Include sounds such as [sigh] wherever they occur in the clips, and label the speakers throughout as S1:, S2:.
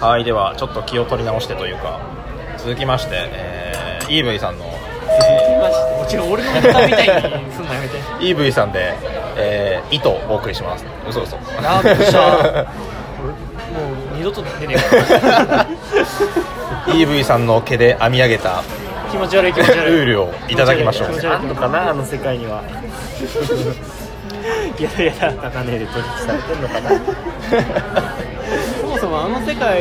S1: はいではちょっと気を取り直してというか続きまして、えー、EV さんの
S2: マジでもちろん俺のネタみたいにすんのやめて
S1: EV さんで、えー、糸をお送りします嘘嘘
S2: なびっくりした俺もう二度と出ねえから
S1: [laughs] EV さんの毛で編み上げた
S2: 気持ち悪い気持ち [laughs] 悪い
S1: ルールをいただきましょう
S2: 気持ち
S3: あ
S2: 悪い
S3: ん
S2: 気持
S3: の
S2: ち
S3: かなあの世界には
S2: 悪いやだやだ
S3: 高値で取引されてんのかな
S2: そもそもあの世界は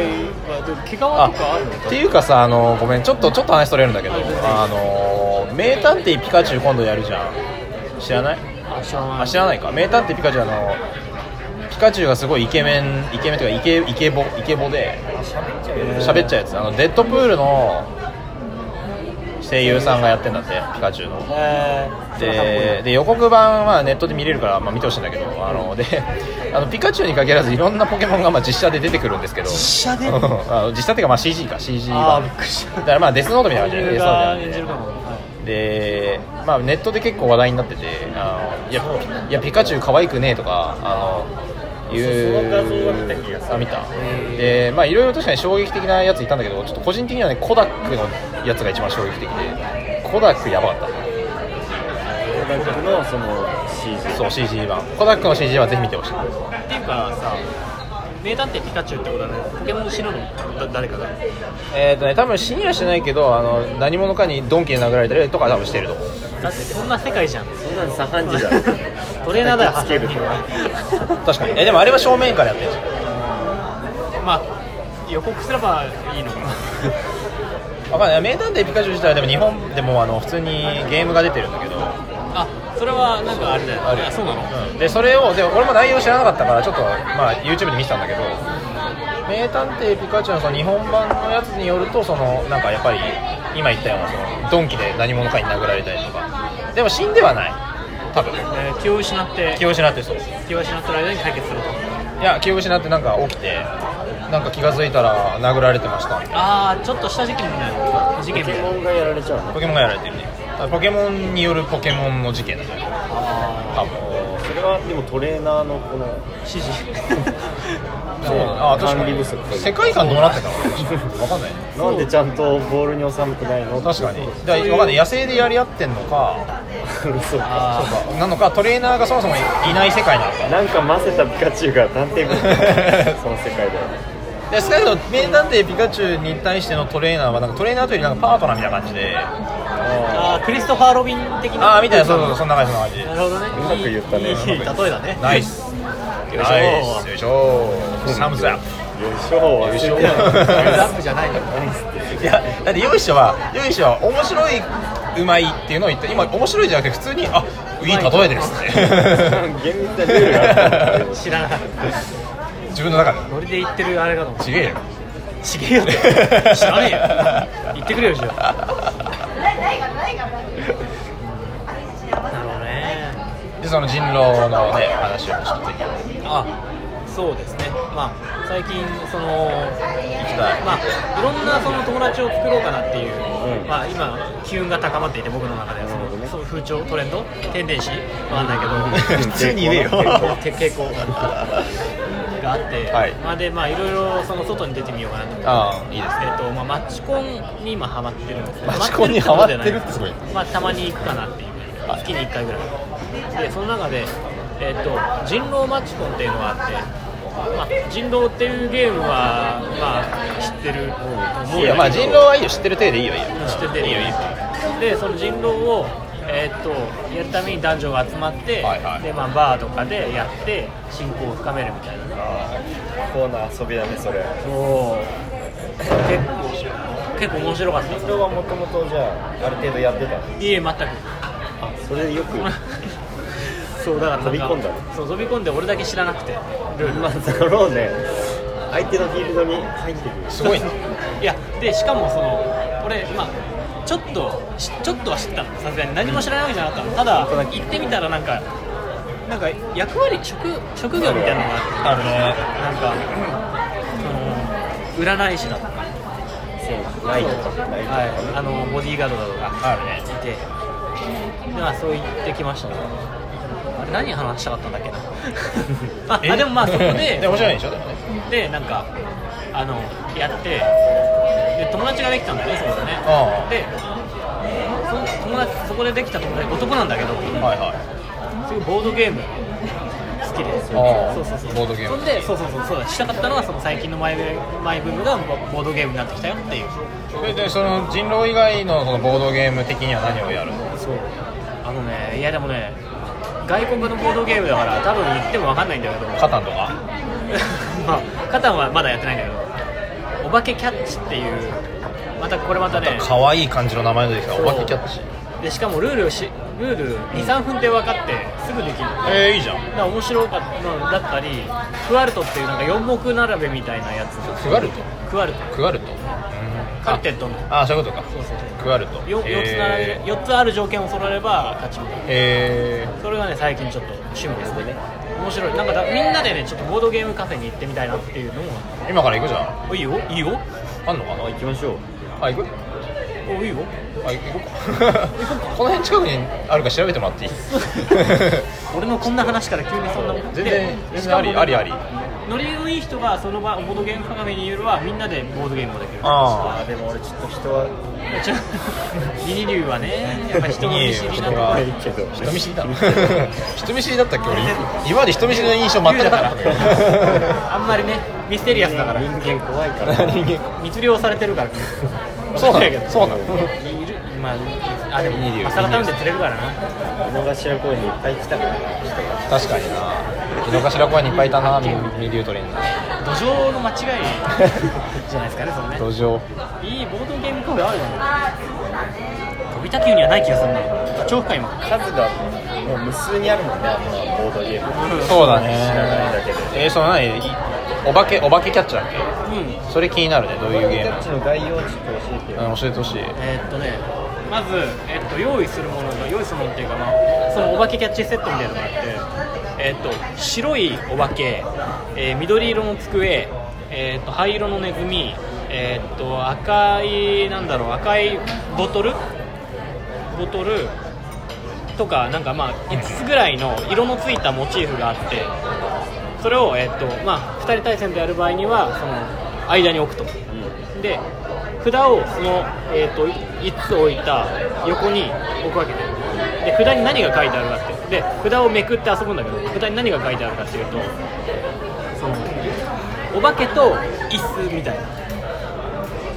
S2: でも毛皮とか
S1: あ
S2: あるの
S1: っていうかさあのごめんちょっとちょっと話それるんだけど
S2: はい
S1: あの名探偵ピカチュウ今度やるじゃん知らない
S2: あ知らな
S1: あ
S2: い
S1: 知らないか名探偵ピカチュウあのピカチュウがすごいイケメンイケメンというかイケイケボイケボで喋っちゃうやつあのデッドプールの声優さんがやってんだってピカチュウの
S2: え
S1: でで予告版はネットで見れるから、まあ、見てほしいんだけどあのであのピカチュウに限らずいろんなポケモンがまあ実写で出てくるんですけど
S2: 実写で
S1: うん [laughs] あの実写っていうかまあ CG か CG
S2: ー、あ
S1: 版
S2: ーびっくりした
S1: だからまあデスノートみたいな感じで
S2: 俺
S1: デスノ
S2: が
S1: ートみ
S2: 演
S1: た
S2: じ
S1: い
S2: る
S1: な
S2: か
S1: 感
S2: も、は
S1: じでで、まあ、ネットで結構話題になっててあのいやいやピカチュウ可愛くねえとかあのいう
S3: その画像は見た気がする
S1: あ見た
S2: へ
S1: でまあいろいろ確かに衝撃的なやついたんだけどちょっと個人的にはねコダックのやつが一番衝撃的でコダックやばかった
S3: コダックのその CG
S1: そう CG 版コダックの CG はぜひ見てほしい
S2: い、っていうかさ名探偵ピカチュウってことはねポケモン後ろのだ誰かが
S1: えっ、とね多分死にはしてないけどあの何者かにドンキで殴られたりとかは多分してると思う
S2: だってそんな世界じゃん
S3: そんなのサハンジだ
S2: [laughs] トレーナーだよ
S3: つけると
S1: 確かにえでもあれは正面からやってるじゃん
S2: [laughs] まあ予告すればいいのかな
S1: わかんない名探偵ピカチュウ自体はでも日本でもあの普通にゲームが出てるんだけど
S2: あそれはなんかあれだよ
S1: ある
S2: あそうなの、
S1: うんでそれをで俺も内容知らなかったからちょっと、まあ、YouTube で見てたんだけど名探偵ピカチュウのその日本版のやつによるとそのなんかやっぱり今言ったようなそのドンキで何者かに殴られたりとかでも死んではない多分
S2: えー気を失って
S1: 気を失ってそう
S2: 気を失ってる間に解決すると
S1: いや気を失ってなんか起きてなんか気が付いたら殴られてました
S2: ああちょっとした事件みたいな事件
S3: ポ
S2: みたい
S3: ケモ
S2: な
S3: ンがやられちゃうの
S1: ポケモンがやられてるねただポケモンによるポケモンの事件だね
S2: あ
S1: 多分
S3: それはでもトレーナーのこの
S2: ー指
S3: [laughs]
S2: 示
S3: そう
S1: ああ確か
S3: 管理不
S1: に
S3: 足
S1: 世界観どうなってたの分かんないね
S3: なんでちゃんとボールに収めてないの
S1: 確かにだ分かんない野生でやり合ってんのか
S3: [laughs] そうか
S2: あー
S1: なのかトレーナーがそもそもいない世界なのか
S3: なんか混ぜたピカチュウが探偵部その世界で
S1: で少なくとも名探偵ピカチュウに対してのトレーナーはなんかトレーナーというよりなんかパートナーみたいな感じで
S2: あークリストファー・ロビン的な
S1: ああみたいなそうそうそうそんな感じそんな感じ
S2: なるほどね
S3: うまく言ったね
S2: いいういい例
S3: ま
S2: えだね
S1: ナイス
S2: よいしょ
S1: ナイスよいしょサムズアップ
S3: よいしょ
S1: よいしょ
S3: 忘れてた
S2: サムズアップじゃないの
S1: いやだってよいしょはよいしょは面白いうまいっていうのを言って今面白いじゃなくて普通にあいい例えですね [laughs]
S3: 厳密なルールがあった
S2: 知らない
S1: 自分の中で
S2: ノリで言ってるあれかと思っ
S1: ちげえ [laughs] よ
S2: たちげえよって知らねえよ言ってくれよじゃあなるほどね
S1: でその人狼のね話をちょっと行
S2: あそうですねまあ最近その
S1: きたい
S2: まあいろんなその友達を作ろうかなっていう、
S3: うん
S2: まあ今機運が高まっていて僕の中ではそ
S3: なるほど
S2: の
S3: ね
S2: そういう風潮トレンドテンデンシーわかんないけ
S3: うん
S2: ど
S1: 普通に言えよ
S2: 傾向傾向があって、
S1: はい
S2: まあでまあいろいろその外に出てみようかなと思って
S1: ああいいですね
S2: えっとまあ、マチコンに今ハマってるんですけど
S1: マチコンにハマってるってすごい
S2: まあ、たまに行くかなっていう
S1: はい
S2: 月に1回ぐらいでその中で、えっと人狼マチコンっていうのがあって、まあ、人狼っていうゲームは、まあ、知ってる思う
S1: い
S2: よ
S1: やまあ人狼はいいよ知ってる体でいいよいいよ
S2: 知ってて
S1: いいよいいよ
S2: でその人狼を、えーっとやるために男女が集まって、
S1: はいはい
S2: でまあ、バーとかでやって親交を深めるみたいなね
S3: コーナー遊びだねそれ
S2: 結構結構面白かった
S3: それはもともとじゃあある程度やってたの
S2: いいえ全く
S3: あそれでよく
S2: そうだからなんか
S3: 飛び込んだの
S2: そう飛び込んで俺だけ知らなくてルール [laughs]
S3: まあだろうね相手のフィールドに入ってくる
S1: すごいね
S2: いやでしかもその俺まあちょっとしちょっとは知ってたのさすがに何も知らないわけじゃなかったのただ
S3: うん
S2: 行ってみたらなんかなんか役割職職業みたいなのがあ
S1: あるね
S2: ってなんか、うんその占い師だとか
S3: ライトとかライト
S2: はい、あのボディーガードだとか
S1: あるね
S2: いてでまあそう言ってきましたねあれ何
S1: [laughs]
S2: 話したかったんだっけなああでもまあそこで
S1: で面白いでしょでもね
S2: でなんかあのやってで友達ができたんだよねそこでね
S1: ああ
S2: でそ友達そこでできた友達男なんだけど、
S1: はいはい
S2: すごいボードゲーム好きで
S1: ああ
S2: そうそうそう
S1: ボードゲーム
S2: そんでそうそうそうそうだしたかったのはその最近のマイブマイブームがボボードゲームになってきたよっていう
S1: ででその人狼以外のそのボードゲーム的には何をやるの
S2: そうあのねいやでもね外国のボードゲームだから多分言っても分かんないんだけど
S1: カタンとか
S2: [laughs] まあカタンはまだやってないんだけどお化けキャッチっていうまたこれまたね
S1: 可愛い感じの名前の出てきたお化けキャッチ
S2: でしかもルールをしルール23分で分かってすぐできる
S1: えー、いいじゃん
S2: だから面白かったのだったりクワルトっていうなんか四目並べみたいなやつ
S1: クガルト
S2: クワルト
S1: クガルト、うん、
S2: カルテットの
S1: ああそういうことか
S2: そうそうそう
S1: クガルト
S2: よ四つ並べ
S1: えー
S2: 四つある条件を揃えれば勝ち
S1: え
S2: それがね最近ちょっと趣味ですね面白いなんかだみんなでねちょっとボードゲームカフェに行ってみたいなっていうのも
S1: ー今から行くじゃん
S2: おいいよいいよ
S1: あんのか
S3: あ行きましょう
S1: なあ行く
S2: おいいよ
S1: あ行こうか [laughs] この辺近くにあるか調べてもらっていい
S2: 俺のこんな話から急にそんな
S1: 全然
S2: で
S1: 全
S2: し
S1: 然
S2: か
S1: あ
S2: も
S1: りありあり
S2: ノリのいい人がその場ボードゲームカフェにいるはみんなでボードゲームができる
S1: あ
S3: あでも俺ちょっと人は
S2: ちょミニリュウはねやっぱ人の見知りなん
S1: 人が
S2: だ
S3: いいけど
S1: 人見知りだ [laughs] 人見知りだったっけ俺今まで人見知りの印象全くなかったんだけど
S2: あんまりねミステリアスだから
S3: 人間怖いから
S1: 人
S2: 密漁されてるから
S1: 間 [laughs] そうな
S2: だけど
S1: のそうなの
S2: いるまああでも
S1: ミニリュウ
S2: マサラタウンで釣れるからな
S3: 井の頭公園にいっぱい来たから
S1: 確かにな井の頭公園にいっぱいいたなミミリュートレインな
S2: 土壌の間違いじゃないですかねそのね
S1: 路上
S2: いいボードゲームカフェあるじゃん飛びた球にはない気がするな超深いもん
S3: 数がもう無数にあるもんねあのボードゲーム
S1: そうだね
S3: 知らないだけで
S1: えー、その何いお化けお化けキャッチだっけ
S2: うん
S1: それ気になるねどういうゲ
S3: キ
S1: ー
S3: ャッ
S1: ム
S3: チの概要をちょっと教えてよ
S1: うん教えてほしい
S2: えーっとねまず、えっと用意するものが用意するものっていうか、まあ、そのお化けキャッチセットみたいなのがあって、えーっと白いお化け、えー緑色の机、えーっと灰色のネズミ、えーっと赤いなんだろう赤いボトルボトルとかなんかまあ5つぐらいの色のついたモチーフがあってそれを、えーっとまあ、2人対戦でやる場合にはその間に置くと。で札をその、えー、と5つ置いた横に置くわけでで札に何が書いてあるかってで札をめくって遊ぶんだけど札に何が書いてあるかっていうとそのお化けと椅子みたい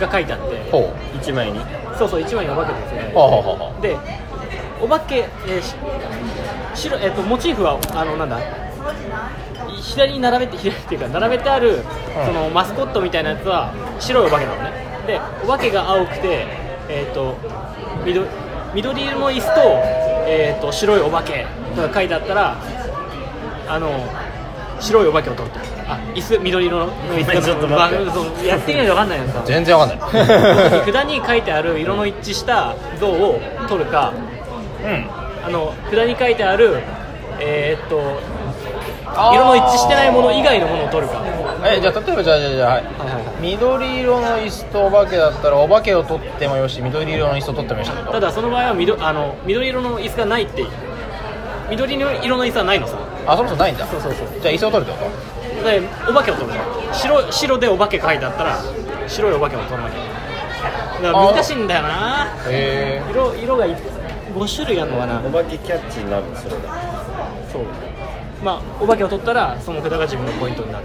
S2: なが書いてあって
S1: ほう
S3: 一枚に
S2: そうそう1枚にお化けですね
S1: ほうほうほうほう
S2: でお化け、えーし白えー、とモチーフはあのなんだい左に並べて左っていうか並べてある、そのマスコットみたいなやつは白いお化けなのねでお化けが青くて、えー、と緑緑色の椅子と,、えー、と白いお化けとか書いてあったらあの白いお化けを取るとあ椅子緑色の椅子
S3: ちょっと待って
S2: まあそうやってみないと分かんないのさ
S1: 全然わかんない
S2: [laughs] 札に書いてある色の一致した像を取るか
S1: うん
S2: あの札に書いてあるえーっと
S1: あー
S2: 色の一致してないもの以外のものを取るか
S1: えじゃあ例えばじゃあじゃあじゃあはい
S2: はいはいは
S1: 緑色の椅子とお化けだったらお化けを取ってもよし緑色の椅子を取ってもよしってこ
S2: い
S1: と
S2: ただその場合は緑あの緑色の椅子がないっていう緑の色の椅子はないのさ
S1: あそもそもないんだ
S2: そうそうそう
S1: じゃあ椅子を取るってこ
S2: でお化けを取るの白白でお化け書いてあったら白いお化けを取るわけだから難しいんだよな
S1: とへえ
S2: 色色が5種類あるのかな
S3: お化けキャッチになるのそれだ
S2: そうまあお化けを取ったらその札が自分のポイントになる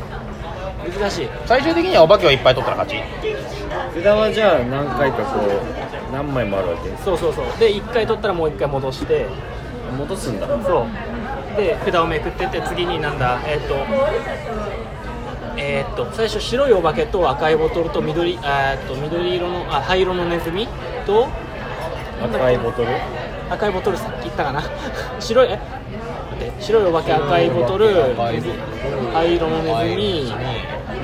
S2: 難しい
S1: 最終的にはお化けをいっぱい取ったら勝ち
S3: 札はじゃあ何回かこう何枚もあるわけ
S2: そうそうそうで1回取ったらもう1回戻して
S3: 戻すんだ
S2: そうで札をめくってって次になんだえーっとえーっと最初白いお化けと赤いボトルと緑あーっと緑色のあ灰色のネズミと
S3: 赤いボトル
S2: 赤いボトルさっき言ったかな白いえ待って白いお化け赤いボトル
S1: 赤いボト
S2: 灰色のネズミ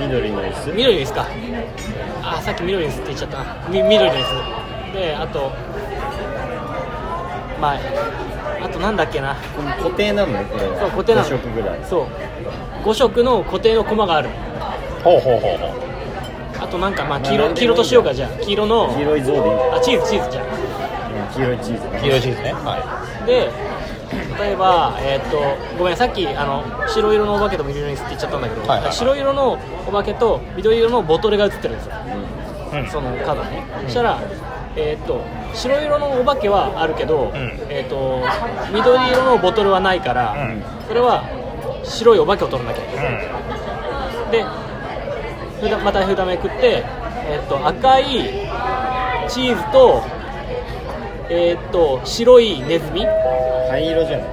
S3: 緑の椅子
S2: 緑ですかあさっき緑ですって言っちゃったなみ緑ですであとまああとなんだっけな
S3: この固定なのねこれは
S2: そう固定なの
S3: 5色ぐらい
S2: そう5色の固定のコマがある
S1: ほうほうほうほう
S2: あとなんかまあ
S3: まあ
S2: 黄色
S3: 何でもいいんだ
S2: 黄色としようかじゃあ黄色の
S3: 黄色い像でいいんだ
S2: あチーズチーズじゃん
S3: うん黄色いチーズ
S1: 黄色いチーズねはい
S2: で例えば、えー、とごめんさっきあの白色のお化けと緑色の椅子って言っちゃったんだけど、
S1: はいはいはい
S2: 白色のお化けと緑色のボトルが映ってるんですよ
S1: うん
S2: その角ね、そしたら、えーっと白色のお化けはあるけど、
S1: ん
S2: えーっと緑色のボトルはないから、
S1: うん
S2: それは白いお化けを取らなきゃいけない、でふだまた札めくって、えーっと赤いチーズと,、えーっと白いネズミい
S3: 灰色じゃな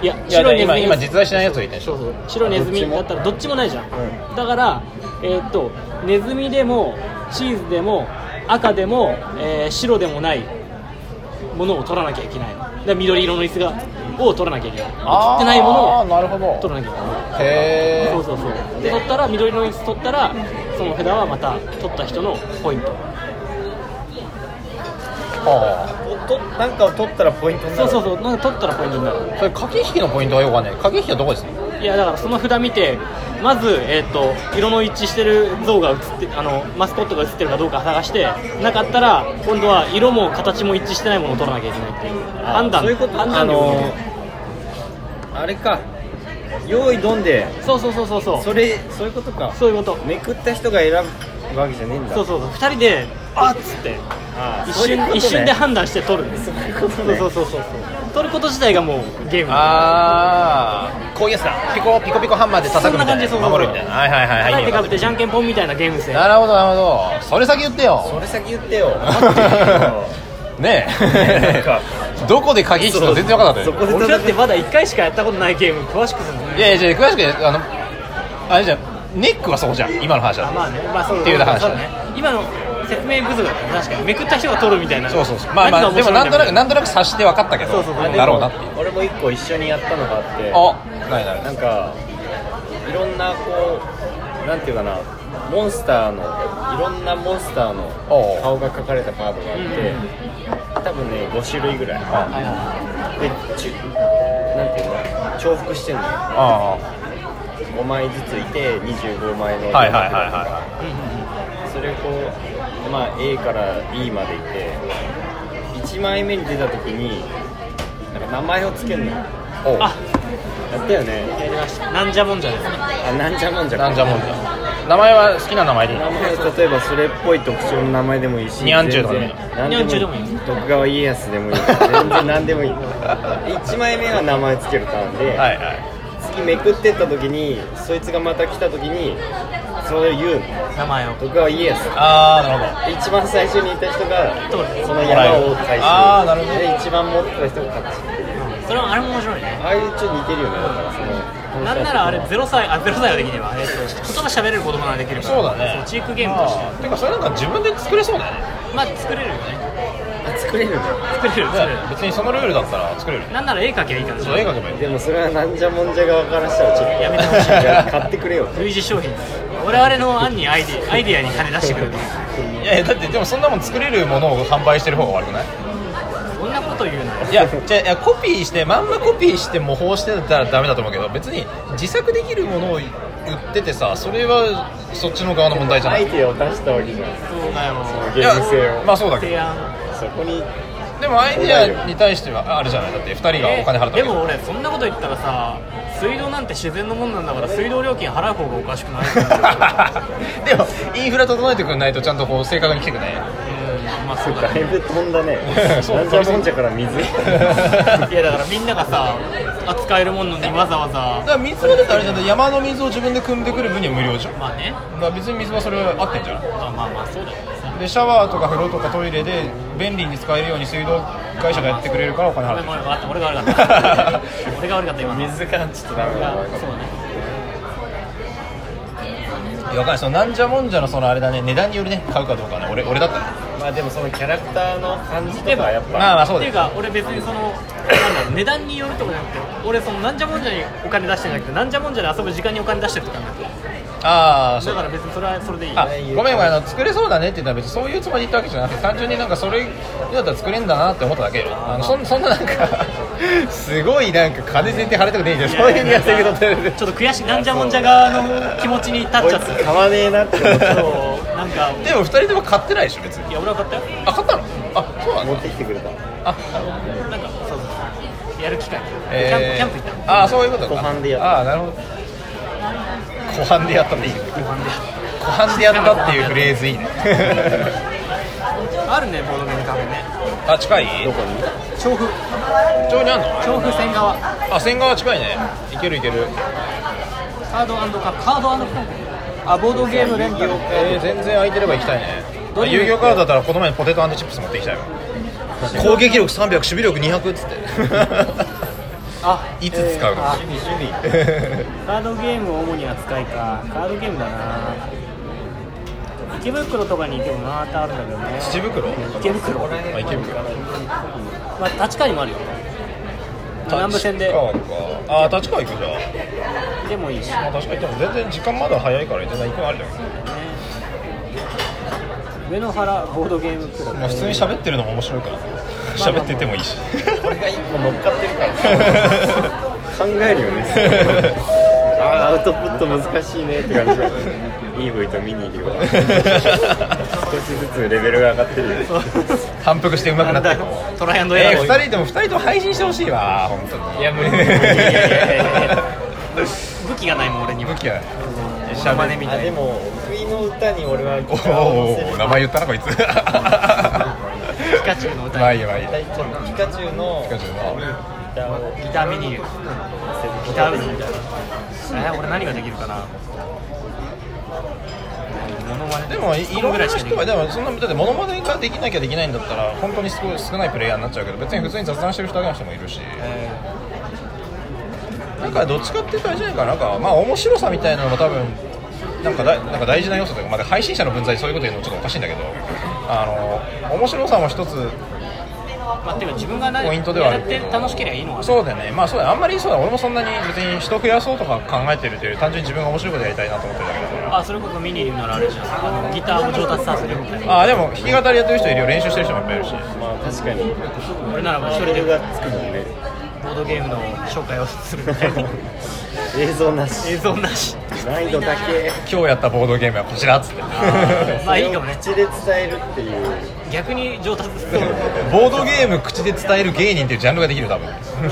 S3: い
S2: や
S1: いや
S2: 白いネズ
S1: 今
S2: ミ
S1: 今実在しないやつを言ってんでし
S2: そ
S1: ょ
S2: うそう白いネズミだったらどっちもないじゃん、だから、えーっとネズミでもチーズでも赤でも、えー白でもないものを取らなきゃいけないのだから緑色の椅子がを取らなきゃいけない映ってないもの
S1: あーなるほ
S2: を取
S1: ど
S2: らなきゃいけな
S1: へ
S2: い
S1: え
S2: そうそうそうで取ったら緑の椅子取ったらその札はまた取った人のポイント
S1: は
S3: おとなんかを取ったらポイントにな
S2: そう
S3: る
S2: そうそうなんか取ったらポイントになる
S1: あそれ駆け引きのポイントはよくわかんない駆け引きはどこですか
S2: いやだからその札見てまず、えー、と色の一致してる像が映ってあのマスコットが映ってるかどうか探してなかったら今度は色も形も一致してないものを取らなきゃいけないっていう
S3: あ
S2: 判断
S3: そういうこと
S2: 判
S3: あ
S2: 断力
S3: のあれか用意どんで
S2: そうそうそうそうそう
S3: それそういうことか
S2: そういうこと
S3: めくった人が選ぶわけじゃねえんだ
S2: そうそうそう2人であっつって
S3: ああ
S2: 一
S3: そういう
S2: 瞬
S3: ことね
S2: 一瞬で判断して取るんです
S3: そう
S2: よ
S3: いうこと
S2: そう
S3: ね
S2: そうそうそう取ること自体がもうゲーム
S1: ああこういうやつだピコピコピコハンマーで叩くみたいな
S2: そんな感じそうそう
S1: 守るみたいなはいはいはいはい
S2: 叩いてかぶっ
S1: い
S2: て
S1: い
S2: じゃんけんぽんみたいなゲームです
S1: よ
S2: ね
S1: なるほどなるほどそれ先言ってよ
S3: それ先言っ
S2: [laughs]
S3: てよ
S1: [laughs] ね
S3: ねなんか
S1: えどこで駆け引きするの全然分かんなかった
S3: そ
S1: よ
S3: こで
S2: 俺だって
S3: 叩く
S2: まだ1回しかやったことないゲーム詳しくするの
S1: いやいやいや詳しくあのあれじゃんネックはそこじゃん今の話
S2: あ
S1: だ
S2: まあね、まあそう
S1: っていう話
S2: そうね。今の説明不足だったね確かに。めくった人が取るみたいな。
S1: とそうそうそうまあまあでもなんとなくなんとなく察して分かったけど
S2: そうそうそう
S1: あ
S2: [laughs]
S3: あでも
S1: だろうなっていう
S3: 俺も一個一緒にやったのがあって
S1: あないない
S3: なんかいろんなこうなんていうかなモンスターのいろんなモンスターの
S1: おう
S3: 顔が描かれたカードがあって、多分ね5種類ぐらい
S1: あ
S3: でちゅなんていうの重複してんのよ
S1: あ
S3: 5枚ずついて25枚の
S1: あはいはいはいは
S3: それをこう、まあ、A から E までいて1枚目に出た時になんか名前をつけるのよ
S1: いおう
S2: あ、
S3: やったよね
S2: やりました。なんじゃもんじゃですね。
S3: あなんじゃもんじゃ
S1: なんじゃもんじゃ名前は好きな名前でいい
S3: 名前例えばそれっぽい特徴の名前でもいいし
S1: ニャンチュとかね
S3: 全然何
S2: ニャンチュでもいい
S3: 徳川家康でもいいし全然何でもいい1 [laughs] 枚目は名前つけるターンで、
S1: はいはい
S3: 次めくってった時にそいつがまた来た時にそれを言うの
S2: 名前を。
S3: 徳川家康
S1: ああなるほど
S3: 一番最初にいた人が
S2: 取る
S3: その山を回収
S1: あーなるほど
S3: で一番持ってた人が勝ちっていう
S2: それはあれも面白いね。
S3: ああいうちょっと似てるよねだからその
S2: なんならあれ0歳、あ、0歳はできねえわ。えっと、言葉喋れる子供ならできるから。
S1: そうだね
S2: チークゲームとして。
S1: てかそれなんか自分で作れそうだよね
S2: まあ作れるよね。
S3: あ作れるんだ
S2: 作れる、作れる。
S1: 別にそのルールだったら作れる
S2: なんなら絵描きゃいいから
S1: そう絵描けばいい
S3: でもそれはなんじゃもんじゃ側からしたらちょっと
S2: やめてほしい
S3: や買ってくれよ
S2: 類似商品。我々の案にアイディア、アイディアに金出してくれる。
S1: いやいやだってでもそんなもん作れるものを販売してる方が悪くない
S2: そんなこと言うなよ。
S1: いやじゃあいやコピーしてまんまコピーして模倣してたらダメだと思うけど別に自作できるものを売っててさそれはそっちの側の問題じゃな
S3: ア
S1: い
S3: イ
S1: い
S3: デアを出したわけじゃん
S2: そうだよ。
S3: ゲーム性を、
S1: まあそうだけ
S2: 提案。
S3: あ、そこに
S1: どでもアイディアに対してはあるじゃないだって2人がお金払ったわけ
S2: でも俺そんなこと言ったらさ水道なんて自然のもんなんだから水道料金払う方がおかしくない
S1: [laughs] でもインフラ整えてくんないとちゃんとこう正確に来てくんない
S2: うんまあそうだ
S3: だい
S2: ね
S3: ぶ飛んだ
S2: [laughs]
S3: ね
S1: そう
S3: なんじゃもんじゃから水
S2: いやだからみんながさ扱えるもんなのにわざわ
S1: だか
S2: ざ
S1: ら水はだってあれじゃん山の水を自分で汲んでくる分には無料じゃんだか
S2: まあね
S1: ら別に水はそれは合ってんじゃない
S2: まあまあまあそうだよね
S1: でシャワーとか風呂とかトイレで便利に使えるように水道会社がやってくれるからお金
S2: ご
S1: 払
S2: め
S1: っ
S2: ん
S1: て
S2: ご
S1: る
S2: めん分かった俺が悪
S1: [laughs]
S2: かった俺が悪かった今の
S3: 水感ちょっとダメだな
S2: そうだね
S1: いやわかんないそのなんじゃもんじゃのそのあれだね値段によりね買うかどうかね俺俺だったら
S3: まあでもそのキャラクターの感じとかはやっぱ
S1: まあまあそ
S2: っ
S1: う
S2: て
S1: だ
S2: いう
S1: よ
S2: か俺別にそのなんだろう値段によるとかじゃなくて俺そのなんじゃもんじゃにお金出してんじゃなくてなんじゃもんじゃで遊ぶ時間にお金出してるとかなんだよ
S1: ああそ
S2: だ
S1: う
S2: から別にそれはそれでいい
S1: あごめんごめんあの作れそうだねって言ったら別にそういうつもりで言ったわけじゃなくて単純になんかそれだったら作れんだなって思っただけよあのそんそんななんか [laughs] すごいなんか金全然払れたくねえじゃんそういうニュアンスで受け取 [laughs] ってる
S2: ちょっと悔しいなんじゃもんじゃ側の気持ちに立っちゃ
S3: こい
S2: っ
S3: つ
S2: て
S3: 買わねえなって思った
S2: そうなんか
S1: でも2人とも買ってないでしょ別に
S2: いや俺は買ったよ
S1: あ買ったのあそうな
S3: 持
S1: の
S3: ってきてくれた
S1: あ
S2: なんかそうそうやる機会、
S1: えー
S2: キャンプキャンプ行った
S1: ああそういうことか
S3: 湖畔でやった
S1: ああなるほど湖畔でやったっていいね湖畔でやったっていうフレーズいいね
S2: あるねボードゲームカフェね
S1: [laughs] あ近い
S3: どこに
S2: 調布
S1: 上にあんの
S2: 調布線側
S1: あ千川近いねいけるいける
S2: カードカカードコンボあボードゲーム連ン
S1: えー、全然空いてれば行きたいね
S2: どういう
S1: 遊戯王カードだったらこの前にポテトチップス持ってきたよ攻撃力300守備力200っつっ
S2: あ
S1: [laughs] いつ使うの
S2: あ
S3: 趣味趣味
S1: て [laughs]
S2: カードゲームを主に扱いかカードゲームだな池袋とかに行ってもまたあるんだけどね
S1: 土袋
S2: 池袋
S1: あ池袋
S2: まあ立川にもあるよ南部線で
S1: 立川かあー立川行くじゃん
S2: でもいいし
S1: まあ確かにでも全然時間まだ早いから全然行くのあるじゃん
S2: 上野原ボードゲームクラブ
S1: まあ普通に喋ってるのも面白いから喋っててもいいし
S3: 俺が一個乗っかってるから [laughs] 考えるよねあーアウトプット難しいねって感じだ
S2: [laughs]
S3: よねいい V とミニーでは少しずつレベルが上がってるよね
S1: 反復して上手くなっていこう
S2: トライアンドエ
S1: え
S2: ラ
S1: ー、
S2: ー
S1: 2人とも2人とも配信してほしいわ本当に
S3: いや無理無理無理いやいやいやいや
S2: 武器がないもん俺には
S1: 武器は
S2: シャバネみ
S3: あ
S2: た
S3: で
S2: いな
S3: も得意の歌に俺は
S1: お
S3: ギターを乗せ
S1: ーお
S3: る
S1: ー名前言ったなこいつ [laughs]
S2: ピカチュウの歌に
S1: まあいいやまあいいや
S3: 大ちゃんのピカチュウの
S1: ピカチュウの
S3: ギターを
S2: ギターメニューギター部みたいなえー俺何ができるかなモノマネ
S1: でもいいろんな
S2: で
S1: 人
S2: きな
S1: が
S2: い
S1: でもそんなだってモノマネができなきゃできないんだったら本当にすごい少ないプレイヤーになっちゃうけど別に普通に雑談してる人だけの人もいるし
S2: え
S1: なんかどっちかっていうとあれじゃないかななんかまあ面白さみたいなのも多分なんかだいなんか大事な要素というか、まあ、配信者の分際でそういうこと言うのもちょっとおかしいんだけどあの面白さも一つ
S2: ーまあ、てか自分が何
S1: ポイントではあ
S2: や
S1: る
S2: っ
S1: け
S2: て
S1: ど
S2: 楽しければいいのかな
S1: そうだよねまあそうだよあんまりそうだ俺もそんなに別に人増やそうとか考えてるというより単純に自分が面白いことやりたいなと思ってるだけだから
S2: あそれこそミニにならあれじゃんあのギターも上達させるみたいな
S1: ああでも弾き語りやってる人いるよ練習してる人もいっぱいいるし
S3: まあ確かに
S2: 俺ならば一人
S3: レ
S2: で
S3: ベルがつくもんね
S2: ボードゲームの紹介をするみたいな [laughs]
S3: 映像なし
S2: 映像なし
S3: 難易度だけ
S1: 今日やったボードゲームはこちらっつって
S2: ーまあいいかもね
S3: それを口で伝えるっていう
S2: 逆に上達する
S1: ボードゲーム口で伝える芸人っていうジャンルができるよ多分